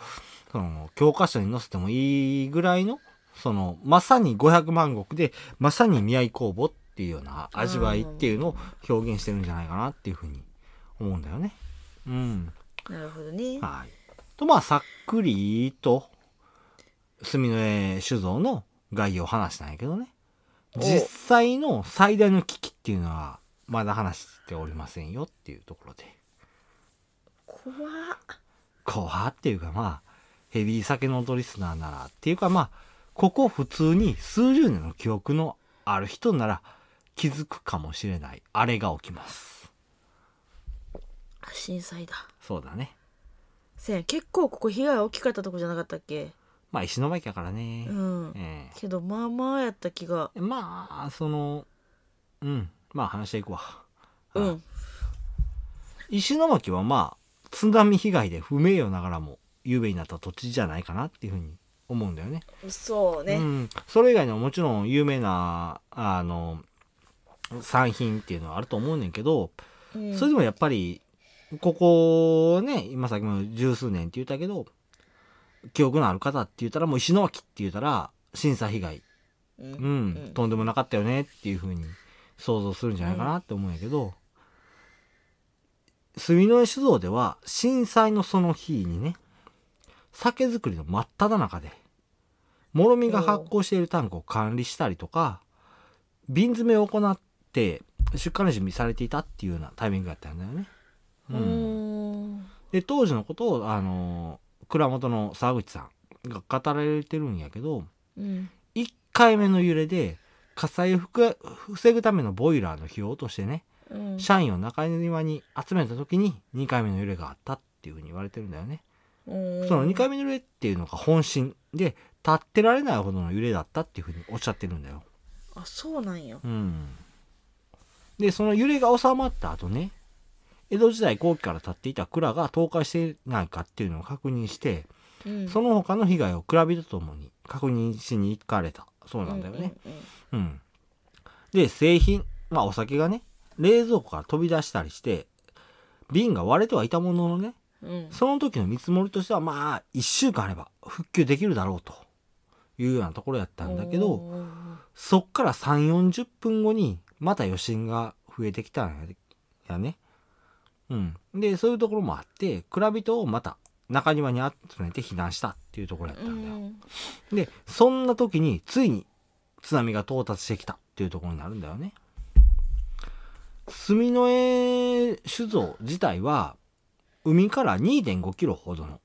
Speaker 1: その、教科書に載せてもいいぐらいの、その、まさに500万石で、まさに宮城工房っていうような味わいっていうのを表現してるんじゃないかなっていうふうに思うんだよね。うん。
Speaker 2: なるほどね
Speaker 1: はい。と、まあ、さっくりと、住の江酒造の概要を話したんやけどね。
Speaker 2: お
Speaker 1: 実際の最大の危機っていうのは、まだ話しておりませんよっていうところで。
Speaker 2: 怖っ
Speaker 1: 怖ーっていうかまあ、ヘビー酒の音リスナーならっていうかまあ、ここ普通に数十年の記憶のある人なら気づくかもしれない。あれが起きます。
Speaker 2: 震災だ
Speaker 1: そうだね。
Speaker 2: せや結構ここ被害大きかったとこじゃなかったっけ
Speaker 1: まあ、石巻やからね
Speaker 2: う。ん
Speaker 1: え
Speaker 2: けどまあまあやった気が
Speaker 1: えまあ、その、うん。まあ話していくわ。
Speaker 2: う
Speaker 1: あ
Speaker 2: ん
Speaker 1: 石巻はまあ、津波被害で不名誉ながらも有名になった土地じゃないかなっていうふうに思うんだよね。
Speaker 2: そうね
Speaker 1: うん、それ以外にももちろん有名なあの産品っていうのはあると思うねんけど、
Speaker 2: うん
Speaker 1: それでもやっぱりここね今さっきも十数年って言ったけど記憶のある方って言ったらもう石巻って言ったら震災被害、
Speaker 2: うん
Speaker 1: うんとんでもなかったよねっていうふうに想像するんじゃないかなって思うんやけど、住之江酒造では震災のその日にね酒造りの真っ只中でもろみが発酵しているタンクを管理したりとか瓶詰めを行って出荷の準備されていたっていうようなタイミングだったんだよね。
Speaker 2: うーん
Speaker 1: で当時のことをあの蔵元の沢口さんが語られてるんやけど
Speaker 2: うん
Speaker 1: 1回目の揺れで火災をふく防ぐためのボイラーの費用としてね
Speaker 2: うん
Speaker 1: 社員を中庭に集めた時に2回目の揺れがあったっていうふうに言われてるんだよね。
Speaker 2: うん
Speaker 1: その2回目の揺れっていうのが本心で立ってられないほどの揺れだったっていうふうにおっしゃってるんだよ。
Speaker 2: あそうなんや
Speaker 1: うん、でその揺れが収まった後ね江戸時代後期から建っていた蔵が倒壊してないかっていうのを確認して
Speaker 2: うん
Speaker 1: その他の被害を蔵人とともに確認しに行かれたそうなんだよね。
Speaker 2: うんうんうん
Speaker 1: うん。で、製品、まあお酒がね、冷蔵庫から飛び出したりして、瓶が割れてはいたもののね、
Speaker 2: うん
Speaker 1: その時の見積もりとしてはまあ1週間あれば復旧できるだろうというようなところやったんだけど、
Speaker 2: おー
Speaker 1: そっから3、40分後にまた余震が増えてきたんややね。うん。で、そういうところもあって、蔵人をまた中庭に集めて避難したっていうところやった
Speaker 2: うん
Speaker 1: だよ。
Speaker 2: ん
Speaker 1: でそんな時についに津波が到達してきたっていうところになるんだよね。住の江酒造自体は海から2.5キロほどの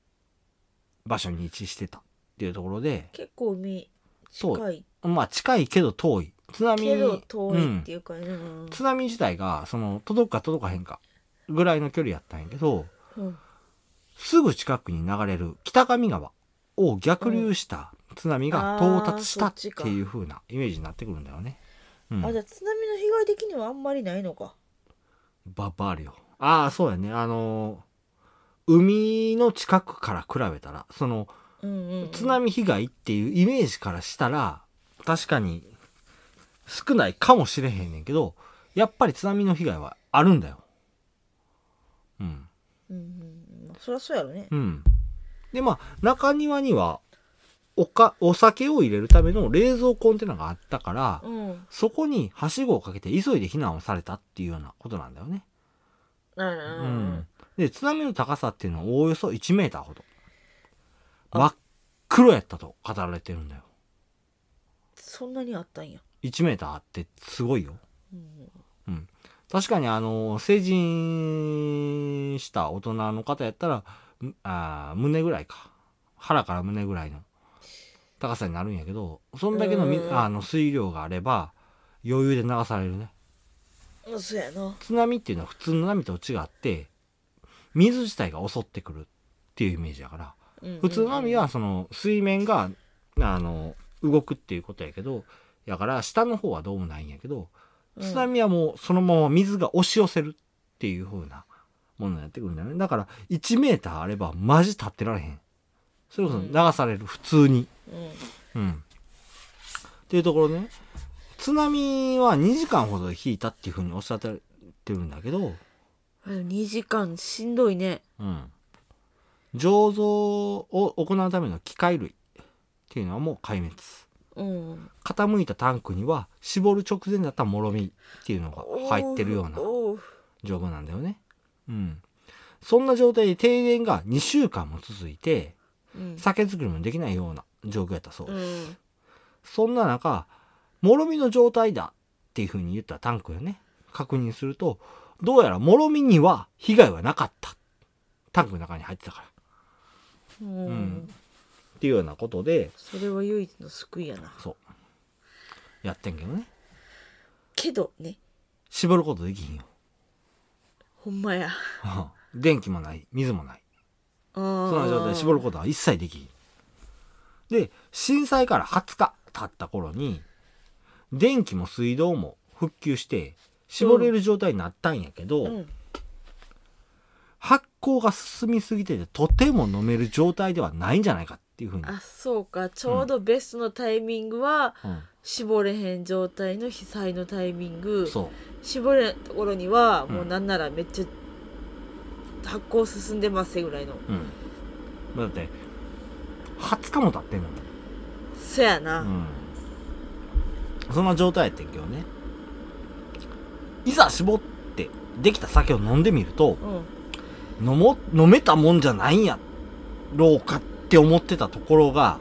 Speaker 1: 場所に位置してたっていうところで、
Speaker 2: 結構海近い
Speaker 1: まあ近いけど遠い。津波
Speaker 2: けど遠いって
Speaker 1: うん
Speaker 2: いうかね、うん
Speaker 1: 津波自体がその届くか届かへんかぐらいの距離やったんやけど、
Speaker 2: うん
Speaker 1: すぐ近くに流れる北上川を逆流した津波が到達したっていう風なイメージになってくるんだよね。うん、
Speaker 2: あじゃあ津波の被害的にはあんまりないのか
Speaker 1: バッバあるよ。ああ、そうやね。あのー海の近くから比べたら、その、
Speaker 2: うんうん、うん、
Speaker 1: 津波被害っていうイメージからしたら、確かに少ないかもしれへんねんけど、やっぱり津波の被害はあるんだよ。うん。
Speaker 2: うんうんまあ、そりゃそうやろね
Speaker 1: うん。で、まあ、中庭には、おか、お酒を入れるための冷蔵コンテナがあったから、
Speaker 2: うん
Speaker 1: そこにはしごをかけて急いで避難をされたっていうようなことなんだよね。
Speaker 2: うんう
Speaker 1: うんん。で、津波の高さっていうのはおおよそ1メーターほど。
Speaker 2: あ
Speaker 1: 真っ黒やったと語られてるんだよ。
Speaker 2: そんなにあったんや、
Speaker 1: 1メーターってすごいよ。
Speaker 2: うん
Speaker 1: うん。確かにあの、成人した大人の方やったら、んあー胸ぐらいか。腹から胸ぐらいの高さになるんやけど、そんだけのみ
Speaker 2: うん
Speaker 1: あの水量があれば、余裕で流されるね。
Speaker 2: うん、そうやな
Speaker 1: 津波っていうのは普通の波と違って、水自体が襲ってくるっていうイメージやから、普通の波はその水面が、あの、動くっていうことやけど、やから下の方はどうもないんやけど、津波はもうそのまま水が押し寄せるっていう風なものになってくるんだよね。だから1メーターあればマジ立ってられへん。それこそ流される、普通に。
Speaker 2: うん、
Speaker 1: うん。っていうところね。津波は2時間ほどで引いたっていう風におっしゃってるんだけど、
Speaker 2: うん、2時間しんどいね
Speaker 1: うん。醸造を行うための機械類っていうのはもう壊滅。
Speaker 2: うん
Speaker 1: 傾いたタンクには絞る直前だったもろみっていうのが入ってるような。
Speaker 2: おう
Speaker 1: 状況なんだよね。うん。そんな状態で停電が2週間も続いて、
Speaker 2: うん
Speaker 1: 酒造りもできないような状況やったそう
Speaker 2: う
Speaker 1: です。
Speaker 2: ん
Speaker 1: そんな中、もろみの状態だっていう風に言ったタンクよね。確認すると、どうやらもろみには被害はなかった。タンクの中に入ってたから。
Speaker 2: うん
Speaker 1: んっていうようなことで、
Speaker 2: それは唯一の救いやな
Speaker 1: そう。やってんけどね。
Speaker 2: けどね
Speaker 1: 絞ることできひんよ。
Speaker 2: ほんまや
Speaker 1: 電気もない、水もない。
Speaker 2: そ
Speaker 1: その状態で絞ることは一切できん。で、震災から20日経った頃に、電気も水道も復旧して、絞れる状態になったんやけど、
Speaker 2: うん
Speaker 1: 発酵が進みすぎてて、とても飲める状態ではないんじゃないかっていうふうに。
Speaker 2: あそうかちょうどベストのタイミングは、
Speaker 1: う
Speaker 2: 絞れへん状態の被災のタイミング
Speaker 1: ん、そう。
Speaker 2: 絞れんところにはもううんなんならめっちゃ発酵進んでますぐらいの
Speaker 1: うん。だって、20日も経ってんのに。
Speaker 2: そやな、
Speaker 1: うん。そんな状態やってんけどね。いざ絞って、できた酒を飲んでみると、
Speaker 2: うん
Speaker 1: 飲も、飲めたもんじゃないんやろうかって思ってたところが、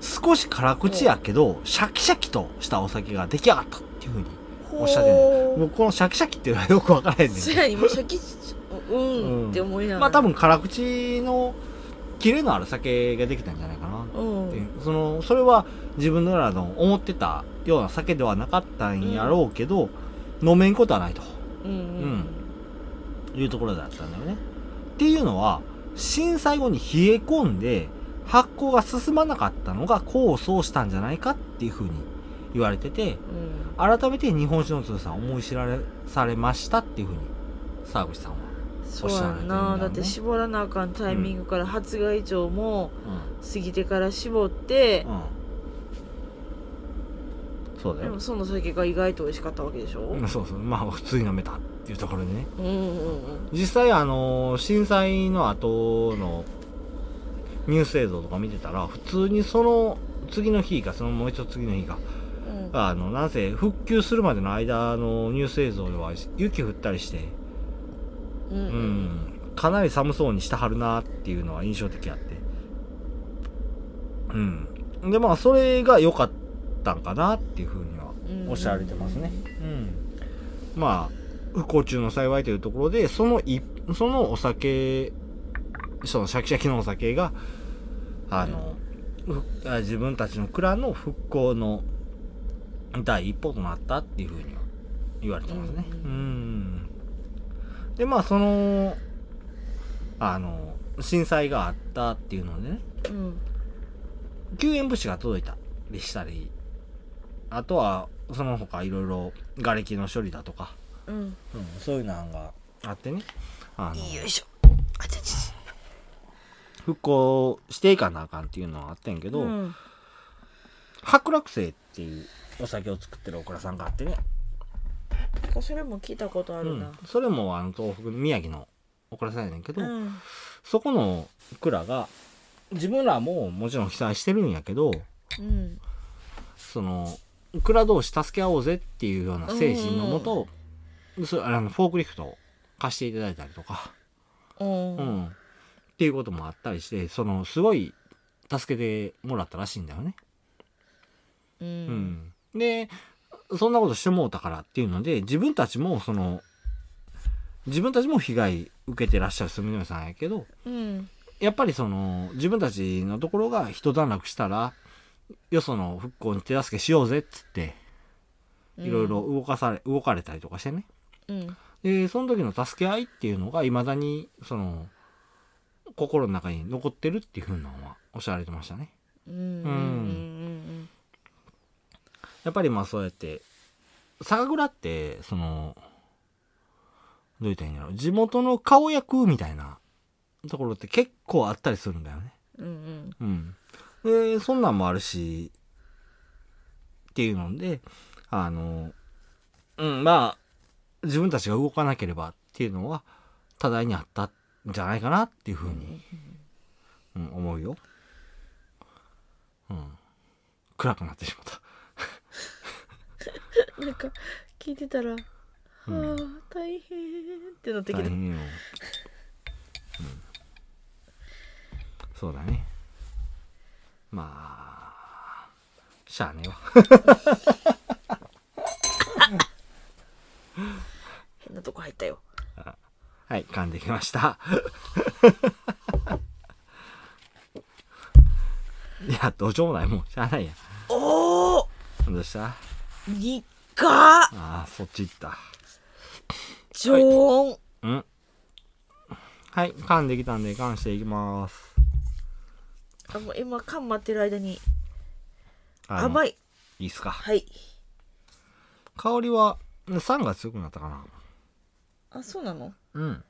Speaker 1: 少し辛口やけど、シャキシャキとしたお酒が出来上がったっていうふうに。おっしゃってる
Speaker 2: ほ
Speaker 1: 僕このシャキシャキっていうのはよくわからへん
Speaker 2: う
Speaker 1: ねん
Speaker 2: そ
Speaker 1: け
Speaker 2: やにもうシャキッうん、
Speaker 1: うん
Speaker 2: って思いな
Speaker 1: ど。
Speaker 2: がら
Speaker 1: まあ多分辛口の、キレのある酒ができたんじゃないかな。
Speaker 2: うん
Speaker 1: ってその、それは自分らの思ってたような酒ではなかったんやろうけど、飲めんことはないと
Speaker 2: うんうん
Speaker 1: いうところだったんだよね。っていうのは、震災後に冷え込んで、発酵が進まなかったのが功を奏したんじゃないかっていうふうに言われてて、
Speaker 2: うん
Speaker 1: 改めて日本酒の強さを思い知られ、されましたっていうふうに、沢口さんは。
Speaker 2: そうや
Speaker 1: おっしゃられてるん
Speaker 2: ん
Speaker 1: だよ
Speaker 2: な
Speaker 1: ね
Speaker 2: だって絞らなあかんタイミングから発芽以上も
Speaker 1: う
Speaker 2: 過ぎてから絞って
Speaker 1: ん。、そうだ
Speaker 2: で
Speaker 1: よ
Speaker 2: も。その酒が意外と美味しかったわけでしょ、う
Speaker 1: うん そうそう。まあ、普通に飲めたっていうところでね。
Speaker 2: うんうんうん
Speaker 1: 実際あの震災の後のニュース映像とか見てたら普通にその次の日かそのもう一つ次の日か
Speaker 2: うん
Speaker 1: あのなぜ復旧するまでの間のニュース映像では雪降ったりして
Speaker 2: う
Speaker 1: うんんかなり寒そうにしてはるなっていうのは印象的あってうんでまあそれが良かっったんかなっていうふうには
Speaker 2: うん
Speaker 1: おっしゃられてますね。うん、まあ不幸中の幸いというところでそのいそのお酒そのシャキシャキのお酒があの、ふあ自分たちの蔵の復興の第一歩となったっていうふうには言われてますね。
Speaker 2: う
Speaker 1: うんんでまあそのあの震災があったっていうのでね
Speaker 2: うん
Speaker 1: 救援物資が届いたりしたりあとはその他いろいろ瓦礫の処理だとか、
Speaker 2: うん
Speaker 1: うん、そういうのがあってねあの
Speaker 2: よいしょあちゃちゃ
Speaker 1: 復興していかなあかんっていうのはあってんけ
Speaker 2: う
Speaker 1: ど、
Speaker 2: ん
Speaker 1: 白楽星っていうお酒を作ってるお蔵さんがあってね、
Speaker 2: なんかそれも聞いたことあ
Speaker 1: う
Speaker 2: る
Speaker 1: ん
Speaker 2: な、
Speaker 1: それもあの東北宮城のお蔵さんやねんけど、
Speaker 2: うん
Speaker 1: そこの蔵が自分らももちろん被災してるんやけど
Speaker 2: うん
Speaker 1: その蔵同士助け合おうぜっていうような精神のもと、そあのフォークリフトを貸していただいたりとか、
Speaker 2: うん
Speaker 1: うんっていうこともあったりしてそのすごい助けてもらったらしいんだよね。
Speaker 2: う
Speaker 1: うんんでそんなことしてもうたからっていうので自分たちもその自分たちも被害受けてらっしゃる住吉さんやけど
Speaker 2: うん
Speaker 1: やっぱりその自分たちのところが一段落したらよその復興に手助けしようぜっつっていろいろ動かされ、動かれたりとかしてね。
Speaker 2: うん
Speaker 1: で、その時の助け合いっていうのが、未だに、その、心の中に残ってるっていうふうなのは、おっしゃられてましたね。
Speaker 2: うんうんうん
Speaker 1: やっぱりまあそうやって、酒蔵って、その、どう言ったらいいんだろう、地元の顔役みたいなところって結構あったりするんだよね。
Speaker 2: うんうん
Speaker 1: うん。で、そんなんもあるし、っていうので、あの、うん、まあ、自分たちが動かなければっていうのは、多大にあったんじゃないかなっていうふうに、うん、思うよ。うん。暗くなってしまった。
Speaker 2: なんか聞いてたら、
Speaker 1: うん
Speaker 2: はあ大変ってなってき
Speaker 1: 大
Speaker 2: た。
Speaker 1: 変よ。うん。そうだね。まあ、しゃあねえわ。
Speaker 2: 変なとこ入ったよ。
Speaker 1: はい、噛んできました。いや、どうしようもない、もう、しゃあないや。
Speaker 2: おお、
Speaker 1: どうしたあ
Speaker 2: にっか
Speaker 1: あー、そっち行った。
Speaker 2: 常温。
Speaker 1: うん。はい、噛んできたんで、噛んしていきます。
Speaker 2: あもう今缶待ってる間に
Speaker 1: あの
Speaker 2: 甘い。
Speaker 1: いいっすか。
Speaker 2: はい。
Speaker 1: 香りは、酸が強くなったかな。
Speaker 2: あそうなの？
Speaker 1: うん。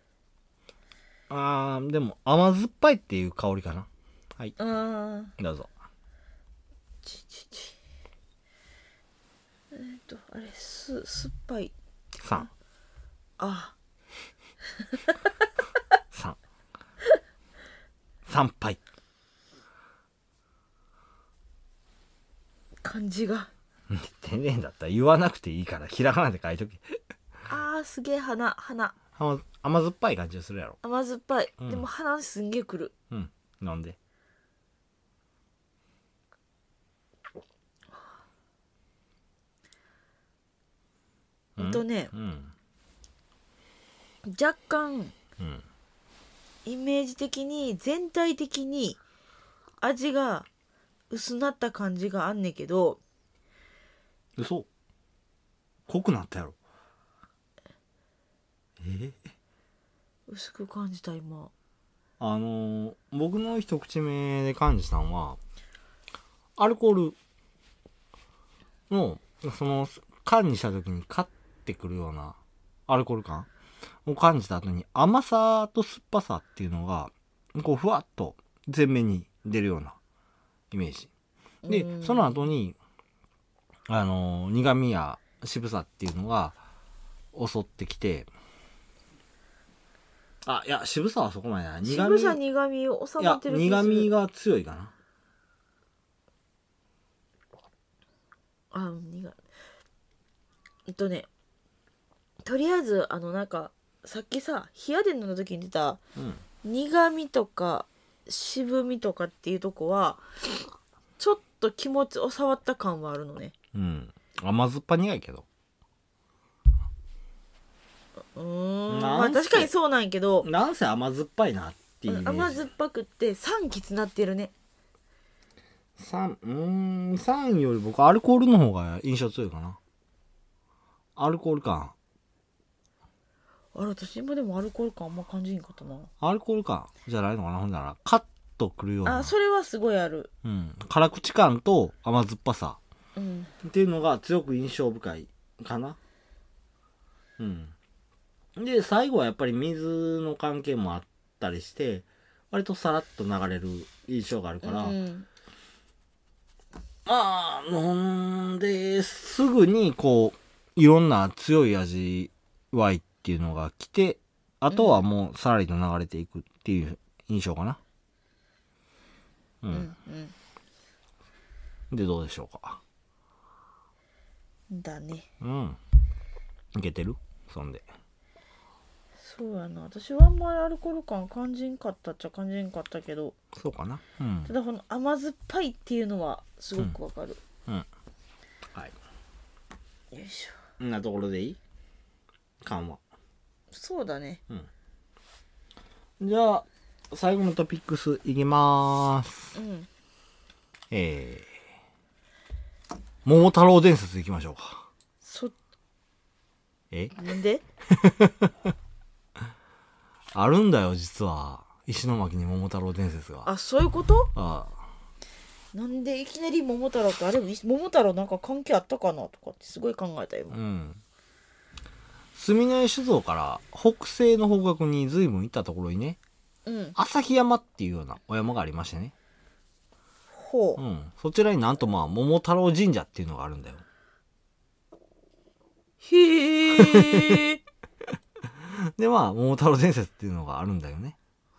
Speaker 1: あー、でも、甘酸っぱいっていう香りかな。はい、
Speaker 2: あー
Speaker 1: どうぞ。
Speaker 2: ちちち。えーっとあれす酸っぱい。
Speaker 1: 酸、
Speaker 2: あ
Speaker 1: 酸。酸っぱい。
Speaker 2: 漢字が。
Speaker 1: 天然だったら言わなくていいから、ひらがなで書いとけ。
Speaker 2: あーすげえ花花
Speaker 1: 甘甘酸っぱい感じがするやろ。
Speaker 2: 甘酸っぱい。
Speaker 1: うん
Speaker 2: でも花すんげえくる。
Speaker 1: うん。飲んで。
Speaker 2: ほんとね
Speaker 1: うん。
Speaker 2: 若干
Speaker 1: うん。
Speaker 2: イメージ的に全体的に味が薄なった感じがあんねんけど
Speaker 1: 嘘濃くなったやろ。えー
Speaker 2: 薄く感じた今
Speaker 1: あのー僕の一口目で感じたのは、アルコールの、その、缶にした時に勝ってくるようなアルコール感を感じた後に甘さと酸っぱさっていうのが、こう、ふわっと前面に出るようなイメージ。
Speaker 2: う
Speaker 1: で、
Speaker 2: ん
Speaker 1: その後に、あのー苦味や渋さっていうのが襲ってきて、あ、いや、渋さはそこまでない。苦
Speaker 2: 渋
Speaker 1: 味
Speaker 2: さ苦味を収
Speaker 1: い
Speaker 2: ま
Speaker 1: や
Speaker 2: ってる気が
Speaker 1: 苦
Speaker 2: する
Speaker 1: 味が強いかな
Speaker 2: あ苦いえっとねとりあえずあのなんかさっきさ冷やでんの時に出た
Speaker 1: うん
Speaker 2: 苦味とか渋みとかっていうとこはちょっと気持ちを触った感はあるのね
Speaker 1: うん甘酸っぱ苦いけど
Speaker 2: うーん
Speaker 1: なん
Speaker 2: まあ
Speaker 1: せ
Speaker 2: 確かにそうなんやけど
Speaker 1: なんせ甘酸っぱいなっていうイメージ
Speaker 2: 甘酸っぱくって酸気つなってるね
Speaker 1: 酸うーん酸より僕アルコールの方が印象強いかなアルコール感
Speaker 2: あれ私今でもアルコール感あんま感じんかったな
Speaker 1: アルコール感じゃないのかなほんならカッとくるような
Speaker 2: あそれはすごいある
Speaker 1: うん、辛口感と甘酸っぱさ
Speaker 2: うん
Speaker 1: っていうのが強く印象深いかなうんで最後はやっぱり水の関係もあったりして割とさらっと流れる印象があるから、
Speaker 2: うん
Speaker 1: まあ、飲んで、すぐに、こう、いろんな強い味わいっていうのが来て、あとはもう、さらりと流れていくっていう印象かな。う。
Speaker 2: うんんうん
Speaker 1: で、どうでしょうか。
Speaker 2: だね
Speaker 1: うん。いけてるそんで。
Speaker 2: そうやな私はあんまりアルコール感感じんかったっちゃ感じんかったけど
Speaker 1: そうかな。うん
Speaker 2: た。だこの甘酸っぱいっていうのはすごくわかる、
Speaker 1: はい。
Speaker 2: よいしょ
Speaker 1: んなところでいい緩和。
Speaker 2: そうだね
Speaker 1: じゃあ、最後のトピックスいきまーす。
Speaker 2: うん
Speaker 1: えー、桃太郎伝説いきましょうか。
Speaker 2: そ
Speaker 1: え
Speaker 2: なんで
Speaker 1: あるんだよ、実は。石巻に桃太郎伝説が。あ
Speaker 2: あそういうこと
Speaker 1: あ。
Speaker 2: なんでいきなり桃太郎ってあれい桃太郎なんか関係あったかなとかってすごい考えた今
Speaker 1: うん。住之江酒造から北西の方角に随分行ったところにね、
Speaker 2: うん
Speaker 1: 旭山っていうようなお山がありましてね。
Speaker 2: ほ
Speaker 1: う。
Speaker 2: うん
Speaker 1: そちらになんとまあ、桃太郎神社っていうのがあるんだよ。
Speaker 2: へえ
Speaker 1: で、まあ、桃太郎伝説っていうのがあるんだよね。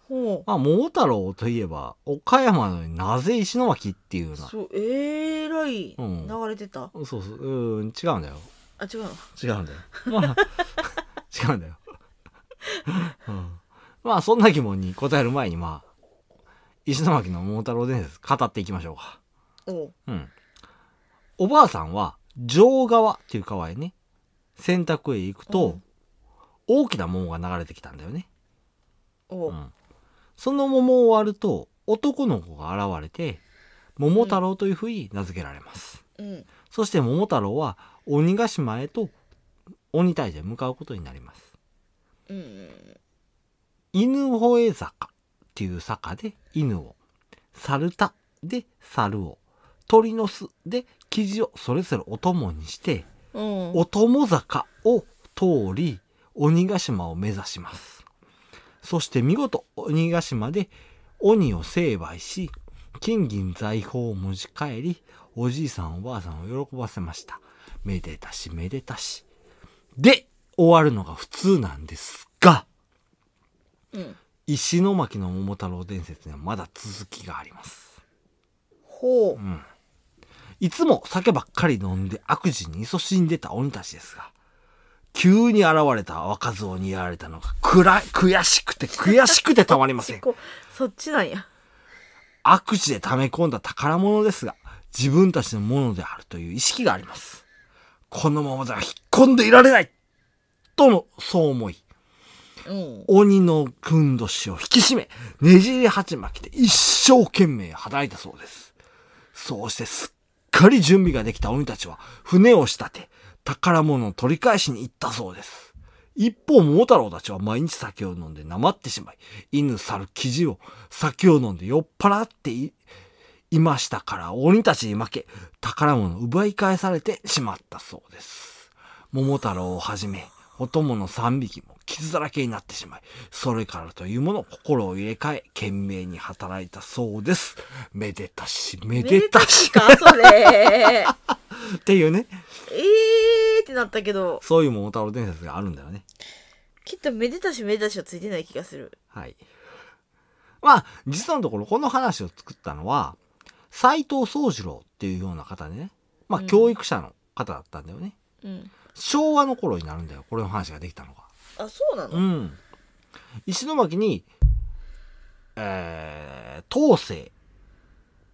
Speaker 2: ほう
Speaker 1: まあ、桃太郎といえば、岡山なのになぜ石巻っていうような。
Speaker 2: そうえー、らい
Speaker 1: うん
Speaker 2: 流れてた、
Speaker 1: そうそう、うん、違うんだよ。
Speaker 2: あ違うの
Speaker 1: 違うんだよ。まあ、 違うんだよ。 うん、まあ、そんな疑問に答える前に、まあ、石巻の桃太郎伝説語っていきましょうか。
Speaker 2: おう
Speaker 1: うん。おばあさんは、上川っていう川へね、洗濯へ行くと、
Speaker 2: うん
Speaker 1: 大きな桃が流れてきたんだよね。
Speaker 2: おう、
Speaker 1: うんその桃を割ると、男の子が現れて、桃太郎というふうに名付けられます。
Speaker 2: うん
Speaker 1: そして桃太郎は鬼ヶ島へと鬼退治へ向かうことになります。
Speaker 2: うん
Speaker 1: 犬吠坂っていう坂で犬を、猿田で猿を、鳥の巣で生地をそれぞれお供にして、
Speaker 2: うん
Speaker 1: お供坂を通り鬼ヶ島を目指します。そして見事鬼ヶ島で鬼を成敗し、金銀財宝を持ち帰り、おじいさんおばあさんを喜ばせました。めでたしめでたし。で、終わるのが普通なんですが、
Speaker 2: うん
Speaker 1: 石巻の桃太郎伝説にはまだ続きがあります。
Speaker 2: ほう
Speaker 1: いつも酒ばっかり飲んで悪事に勤しんでた鬼たちですが、急に現れた若造にやられたのが、くら、悔しくて悔しくてたまりません。
Speaker 2: こそっちなんや
Speaker 1: 悪事で溜め込んだ宝物ですが、自分たちのものであるという意識があります。このままでは引っ込んでいられないとの、そう思い、
Speaker 2: うん
Speaker 1: 鬼のくんどしを引き締め、ねじり鉢巻きで一生懸命働いたそうです。そうしてすっかり準備ができた鬼たちは船を仕立て、宝物を取り返しに行ったそうです。一方、桃太郎たちは毎日酒を飲んでなまってしまい、犬猿生地を酒を飲んで酔っ払っていいましたから鬼たちに負け、宝物を奪い返されてしまったそうです。桃太郎をはじめ、お供の三匹も傷だらけになってしまい、それからというもの心を入れ替え、懸命に働いたそうです。めでたし、めでたし。
Speaker 2: かそれ
Speaker 1: っていうね、
Speaker 2: えーってなったけど
Speaker 1: そういう桃太郎伝説があるんだよね。
Speaker 2: きっとめでたしめでたしはついてない気がする
Speaker 1: はい。まあ、実のところこの話を作ったのは、斎藤宗次郎っていうような方でね、まあ、
Speaker 2: うん
Speaker 1: 教育者の方だったんだよね。
Speaker 2: うん
Speaker 1: 昭和の頃になるんだよこれの話ができたのが
Speaker 2: あそうなの
Speaker 1: ん石巻にえー、東西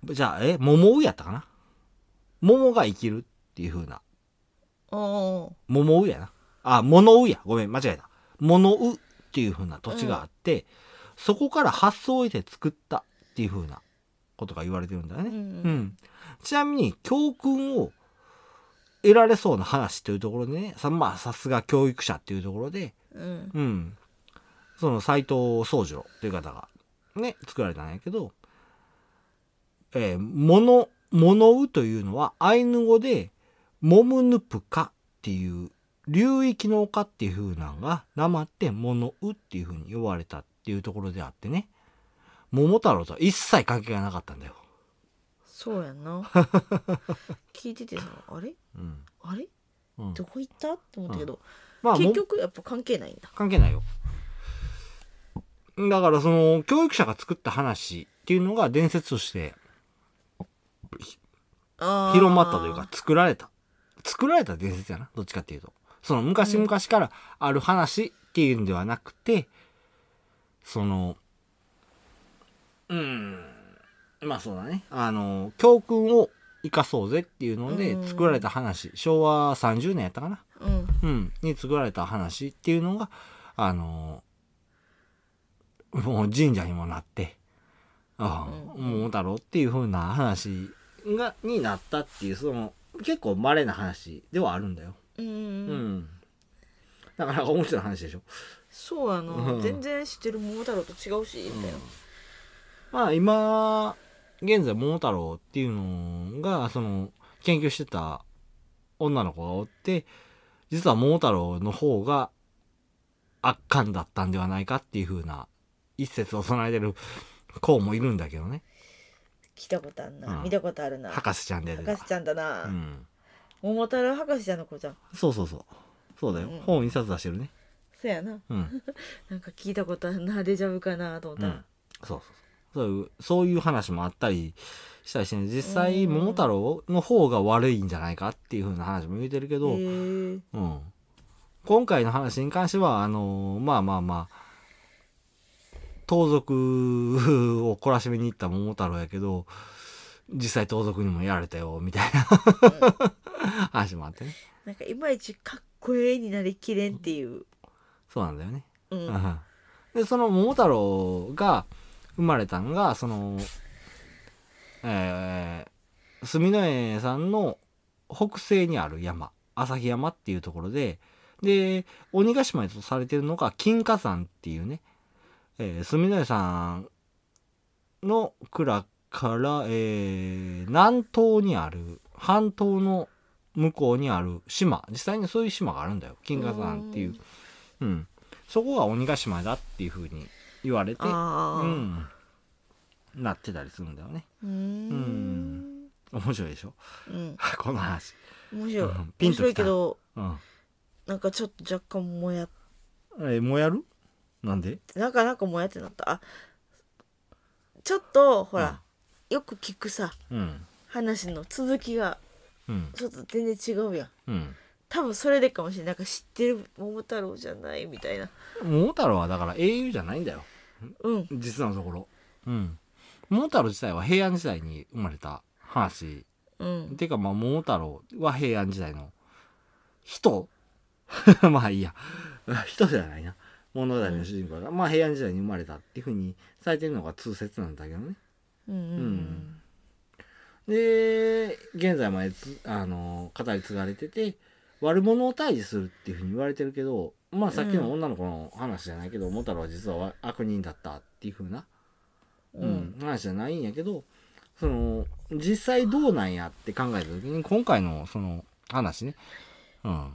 Speaker 1: じゃあえ桃生やったかな桃が生きるっていう風な。
Speaker 2: お
Speaker 1: 桃うやな。あ、物うや。ごめん、間違えた。物うっていう風な土地があって、そこから発想を得て作ったっていう風なことが言われてるんだよ
Speaker 2: ーう
Speaker 1: ね。うんん。ちなみに、教訓を得られそうな話というところでね、さまあ、さすが教育者っていうところで、
Speaker 2: うん
Speaker 1: うん。その斎藤宗次郎という方がね、作られたんやけど、えー、もの、ものうというのはアイヌ語で、モムヌプカっていう、流域の丘っていう風なのが、なまって、ものうっていう風に呼ばれたっていうところであってね、桃太郎とは一切関係がなかったんだよ。
Speaker 2: そうやんな聞いててさあれ
Speaker 1: うん。
Speaker 2: あれ
Speaker 1: うん、
Speaker 2: どこ行ったって思ったけど、
Speaker 1: まあ、
Speaker 2: 結
Speaker 1: も
Speaker 2: 局やっぱ関係ないんだ
Speaker 1: 関係ないよ。だからその教育者が作った話っていうのが伝説として
Speaker 2: あー
Speaker 1: 広まったというか作られた作られた伝説やなどっちかっていうとその昔々からある話っていうんではなくて、そのうんまあそうだねあの教訓を生かそうぜっていうので
Speaker 2: うん
Speaker 1: 作られた話昭和30年やったかな、
Speaker 2: うん
Speaker 1: うん、に作られた話っていうのがあのもう神社にもなってああ、
Speaker 2: うん
Speaker 1: 桃太郎っていう風な話がになったっていうその結構稀な話ではあるんだよ。
Speaker 2: う、
Speaker 1: うんん、なかなか面白い話でしょ。
Speaker 2: そうやな、
Speaker 1: うん
Speaker 2: 全然知ってる桃太郎と違うしみたいな
Speaker 1: まあ今現在桃太郎っていうのがその研究してた女の子がおって実は桃太郎の方が圧巻だったんではないかっていう風な一説を唱えてる子もいるんだけどね
Speaker 2: 聞いたことあるな、
Speaker 1: うん
Speaker 2: 見たことあるな
Speaker 1: 博士ちゃんで出て
Speaker 2: 博士ちゃんだな、
Speaker 1: た、うん、
Speaker 2: 桃太郎博士ちゃんの子じゃん
Speaker 1: そうそうそうそうだよ、
Speaker 2: うん
Speaker 1: 本一冊出してるね
Speaker 2: そやな
Speaker 1: うん、
Speaker 2: なんか聞いたことあるなデジャブかなと思っ
Speaker 1: う
Speaker 2: た
Speaker 1: ん
Speaker 2: ら、、
Speaker 1: そうそうそうそういうそういう話もあったりしたりして、ね、実際
Speaker 2: うん
Speaker 1: 桃太郎の方が悪いんじゃないかっていう風な話も言うてるけど、
Speaker 2: へー
Speaker 1: うん、今回の話に関してはあのまあまあまあ盗賊を懲らしめに行った桃太郎やけど実際盗賊にもやられたよみたいな 話もあってね
Speaker 2: なんかいまいちかっこええになりきれんっていう、
Speaker 1: そうなんだよね。
Speaker 2: うん
Speaker 1: う、んでその桃太郎が生まれたのがそのえー、住之江さんの北西にある山旭山っていうところでで鬼ヶ島とされてるのが金華山っていうね、えー、住之江さんの蔵から、えー南東にある半島の向こうにある島実際にそういう島があるんだよ金華山っていううん、そこが鬼ヶ島だっていうふうに言われて、
Speaker 2: あ
Speaker 1: う
Speaker 2: あ
Speaker 1: ん、なってたりするんだよね
Speaker 2: うーん
Speaker 1: 面白いでしょ
Speaker 2: うん
Speaker 1: この話、
Speaker 2: 面白い
Speaker 1: うんピンときた
Speaker 2: 面白いけど
Speaker 1: うん
Speaker 2: なんかちょっと若干もやっ
Speaker 1: えーもうやるなんで
Speaker 2: なんかなんかもやってなったあちょっとほら、よく聞くさ
Speaker 1: うん
Speaker 2: 話の続きが
Speaker 1: うん
Speaker 2: ちょっと全然違うやん
Speaker 1: うん
Speaker 2: 多分それでかもしれないなんか知ってる桃太郎じゃないみたいな
Speaker 1: 桃太郎はだから英雄じゃないんだよ
Speaker 2: うん
Speaker 1: 実のところうん桃太郎自体は平安時代に生まれた話
Speaker 2: うん
Speaker 1: てかまあ桃太郎は平安時代の人 まあいいや 人じゃないな物語の主人公が、まあ平安時代に生まれたっていうふうにされてるのが通説なんだけどね
Speaker 2: うんうん
Speaker 1: で現在までつあの語り継がれてて悪者を退治するっていうふうに言われてるけどまあさっきの女の子の話じゃないけど桃太郎は実はわ悪人だったっていうふうな
Speaker 2: うんう
Speaker 1: うんん、話じゃないんやけどその実際どうなんやって考えた時に今回のその話ね、うん、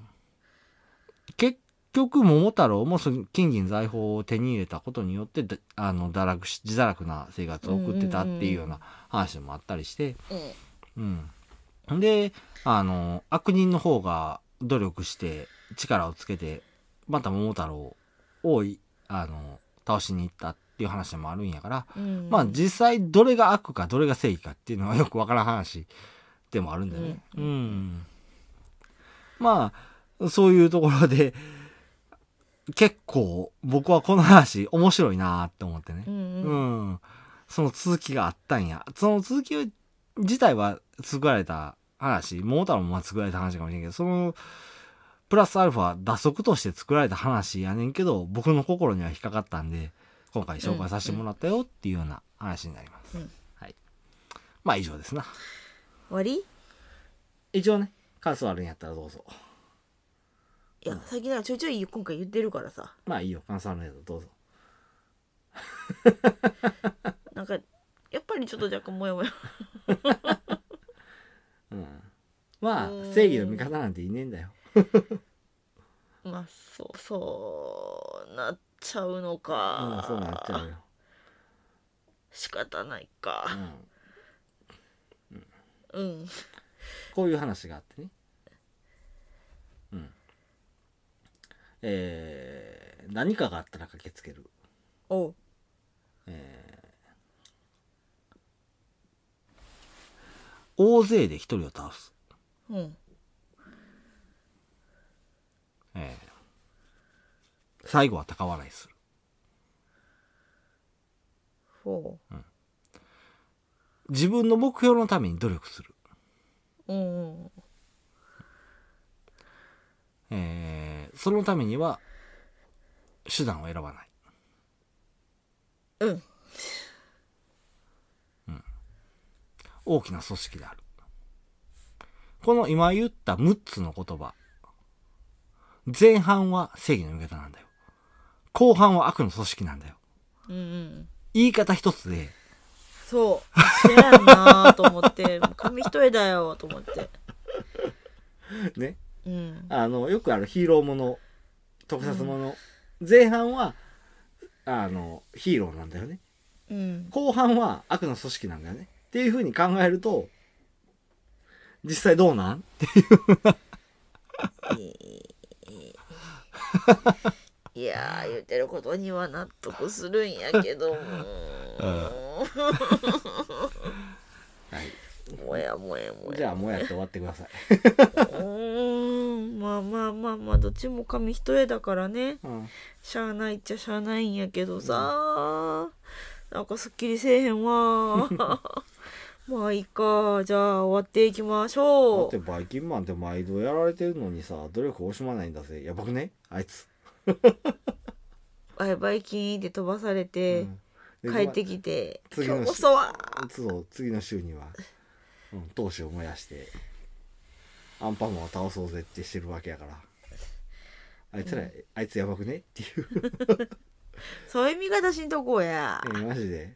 Speaker 1: 結局桃太郎もその金銀財宝を手に入れたことによってだあの堕落し自堕落な生活を送ってたっていうような話もあったりして、
Speaker 2: うん
Speaker 1: うん、であの悪人の方が努力して力をつけてまた桃太郎をいあの倒しに行ったっていう話もあるんやから。
Speaker 2: うん
Speaker 1: まあ実際どれが悪かどれが正義かっていうのはよくわからん話でもあるんだよね。
Speaker 2: う
Speaker 1: うんん。まあそういうところで結構僕はこの話面白いなって思ってね
Speaker 2: う。ん
Speaker 1: う
Speaker 2: うん
Speaker 1: ん、その続きがあったんや。その続き自体は作られた話桃太郎もまあ作られた話かもしれんけどそのプラスアルファ打足として作られた話やねんけど僕の心には引っかかったんで今回紹介させてもらったよっていうような話になります、
Speaker 2: うん
Speaker 1: はいまあ以上ですな
Speaker 2: 終わり
Speaker 1: 一応ね感想あるんやったらどうぞ
Speaker 2: いや最近なんかちょいちょい今回言ってるからさ
Speaker 1: まあいいよ感想あるんやったらどうぞ
Speaker 2: なんかやっぱりちょっと若干モヤモヤ
Speaker 1: うんまあ
Speaker 2: うん
Speaker 1: 正義の味方なんていねえんだよ
Speaker 2: まあそうそうなっちゃうの
Speaker 1: うん
Speaker 2: か、
Speaker 1: そうなっちゃうよ
Speaker 2: 仕方ないうか
Speaker 1: ん
Speaker 2: うん
Speaker 1: こういう話があってね。うん。えー何かがあったら駆けつける。
Speaker 2: おう
Speaker 1: 大勢で一人を倒す。
Speaker 2: うん
Speaker 1: えー最後は高笑いする。
Speaker 2: ほ
Speaker 1: 自分の目標のために努力する。
Speaker 2: ううんうん
Speaker 1: えーそのためには、手段を選ばない。
Speaker 2: うん
Speaker 1: 大きな組織である。この今言った6つの言葉。前半は正義の味方なんだよ。後半は悪の組織なんだよ。
Speaker 2: うんうん
Speaker 1: 言い方一つで、
Speaker 2: そう一緒やんなと思ってもう紙一重だよと思って
Speaker 1: ね、
Speaker 2: うん
Speaker 1: あの、よくあるヒーローもの、特撮もの、前半は、あの、ヒーローなんだよね。
Speaker 2: うん
Speaker 1: 後半は悪の組織なんだよね。っていう風に考えると、実際どうなん
Speaker 2: いやー言ってることには納得するんやけ ども
Speaker 1: はい。
Speaker 2: もやもやもや
Speaker 1: じゃあ、もうやって終わってください。
Speaker 2: うーんまあまあまあまあどっちも紙一重だからね
Speaker 1: うん。
Speaker 2: しゃあないっちゃしゃあないんやけどさ、なんかすっきりせえへ んわまあいいかじゃあ終わっていきまし
Speaker 1: だ
Speaker 2: ょ
Speaker 1: ってバイキンマンって毎度やられてるのにさ努力惜しまないんだぜいや僕ねあいつ、
Speaker 2: うバイバイキーンって飛ばされ
Speaker 1: う
Speaker 2: て、
Speaker 1: ん
Speaker 2: 帰
Speaker 1: で
Speaker 2: ってきて「
Speaker 1: 次の
Speaker 2: 今
Speaker 1: 日
Speaker 2: 日こそは!
Speaker 1: そう次の週には、うん、闘志を燃やしてアンパンマンを倒そうぜってしてるわけやからあいつら、あいつやばくねっていう」
Speaker 2: そういう見方しんとこうや、
Speaker 1: えマジで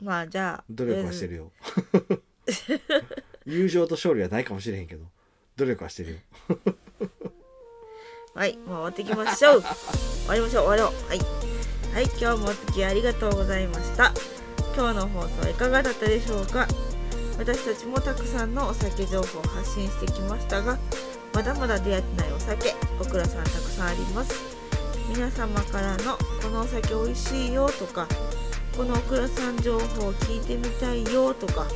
Speaker 2: まあじゃあ
Speaker 1: 努力はしてるよ 友情と勝利はないかもしれへんけど努力はしてるよ
Speaker 2: はい、まあ、終わっていきましょう。終わりましょう、終わろう。はい。はい、今日もお付き合いありがとうございました。今日の放送はいかがだったでしょうか私たちもたくさんのお酒情報を発信してきましたが、まだまだ出会ってないお酒、ご苦労さんたくさんあります。皆様からのこのお酒美味しいよとか、このおくらさん情報を聞いてみたいよとか、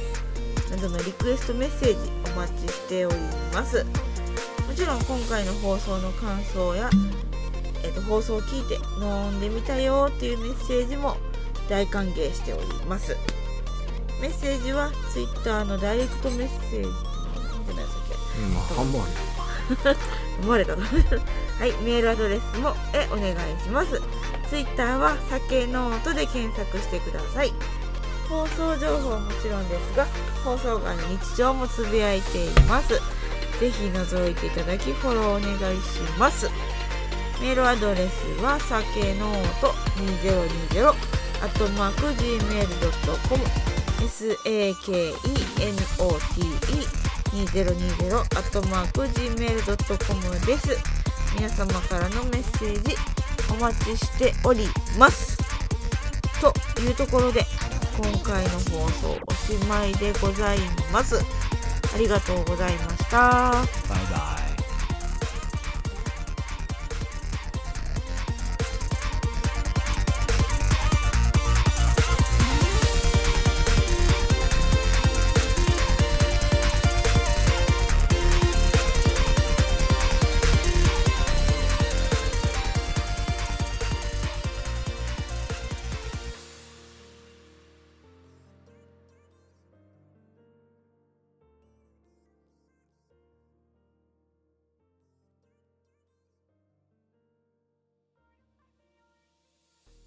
Speaker 2: などのリクエストメッセージお待ちしております。もちろん今回の放送の感想や、えー、と放送を聞いて飲んでみたよっていうメッセージも大歓迎しておりますメッセージは Twitter のダイレクトメッセージなんてなんだっけ
Speaker 1: うんまあ半分あ
Speaker 2: 思われたの はいメールアドレスもえお願いしますツイッターは酒ノートで検索してください放送情報はもちろんですが放送外の日常もつぶやいていますぜひ覗いていただきフォローお願いしますメールアドレスは酒ノート2020アットマーク gmail.com sakenote 2020アットマーク gmail.com です皆様からのメッセージお待ちしておりますというところで今回の放送おしまいでございますありがとうございました
Speaker 1: バイバ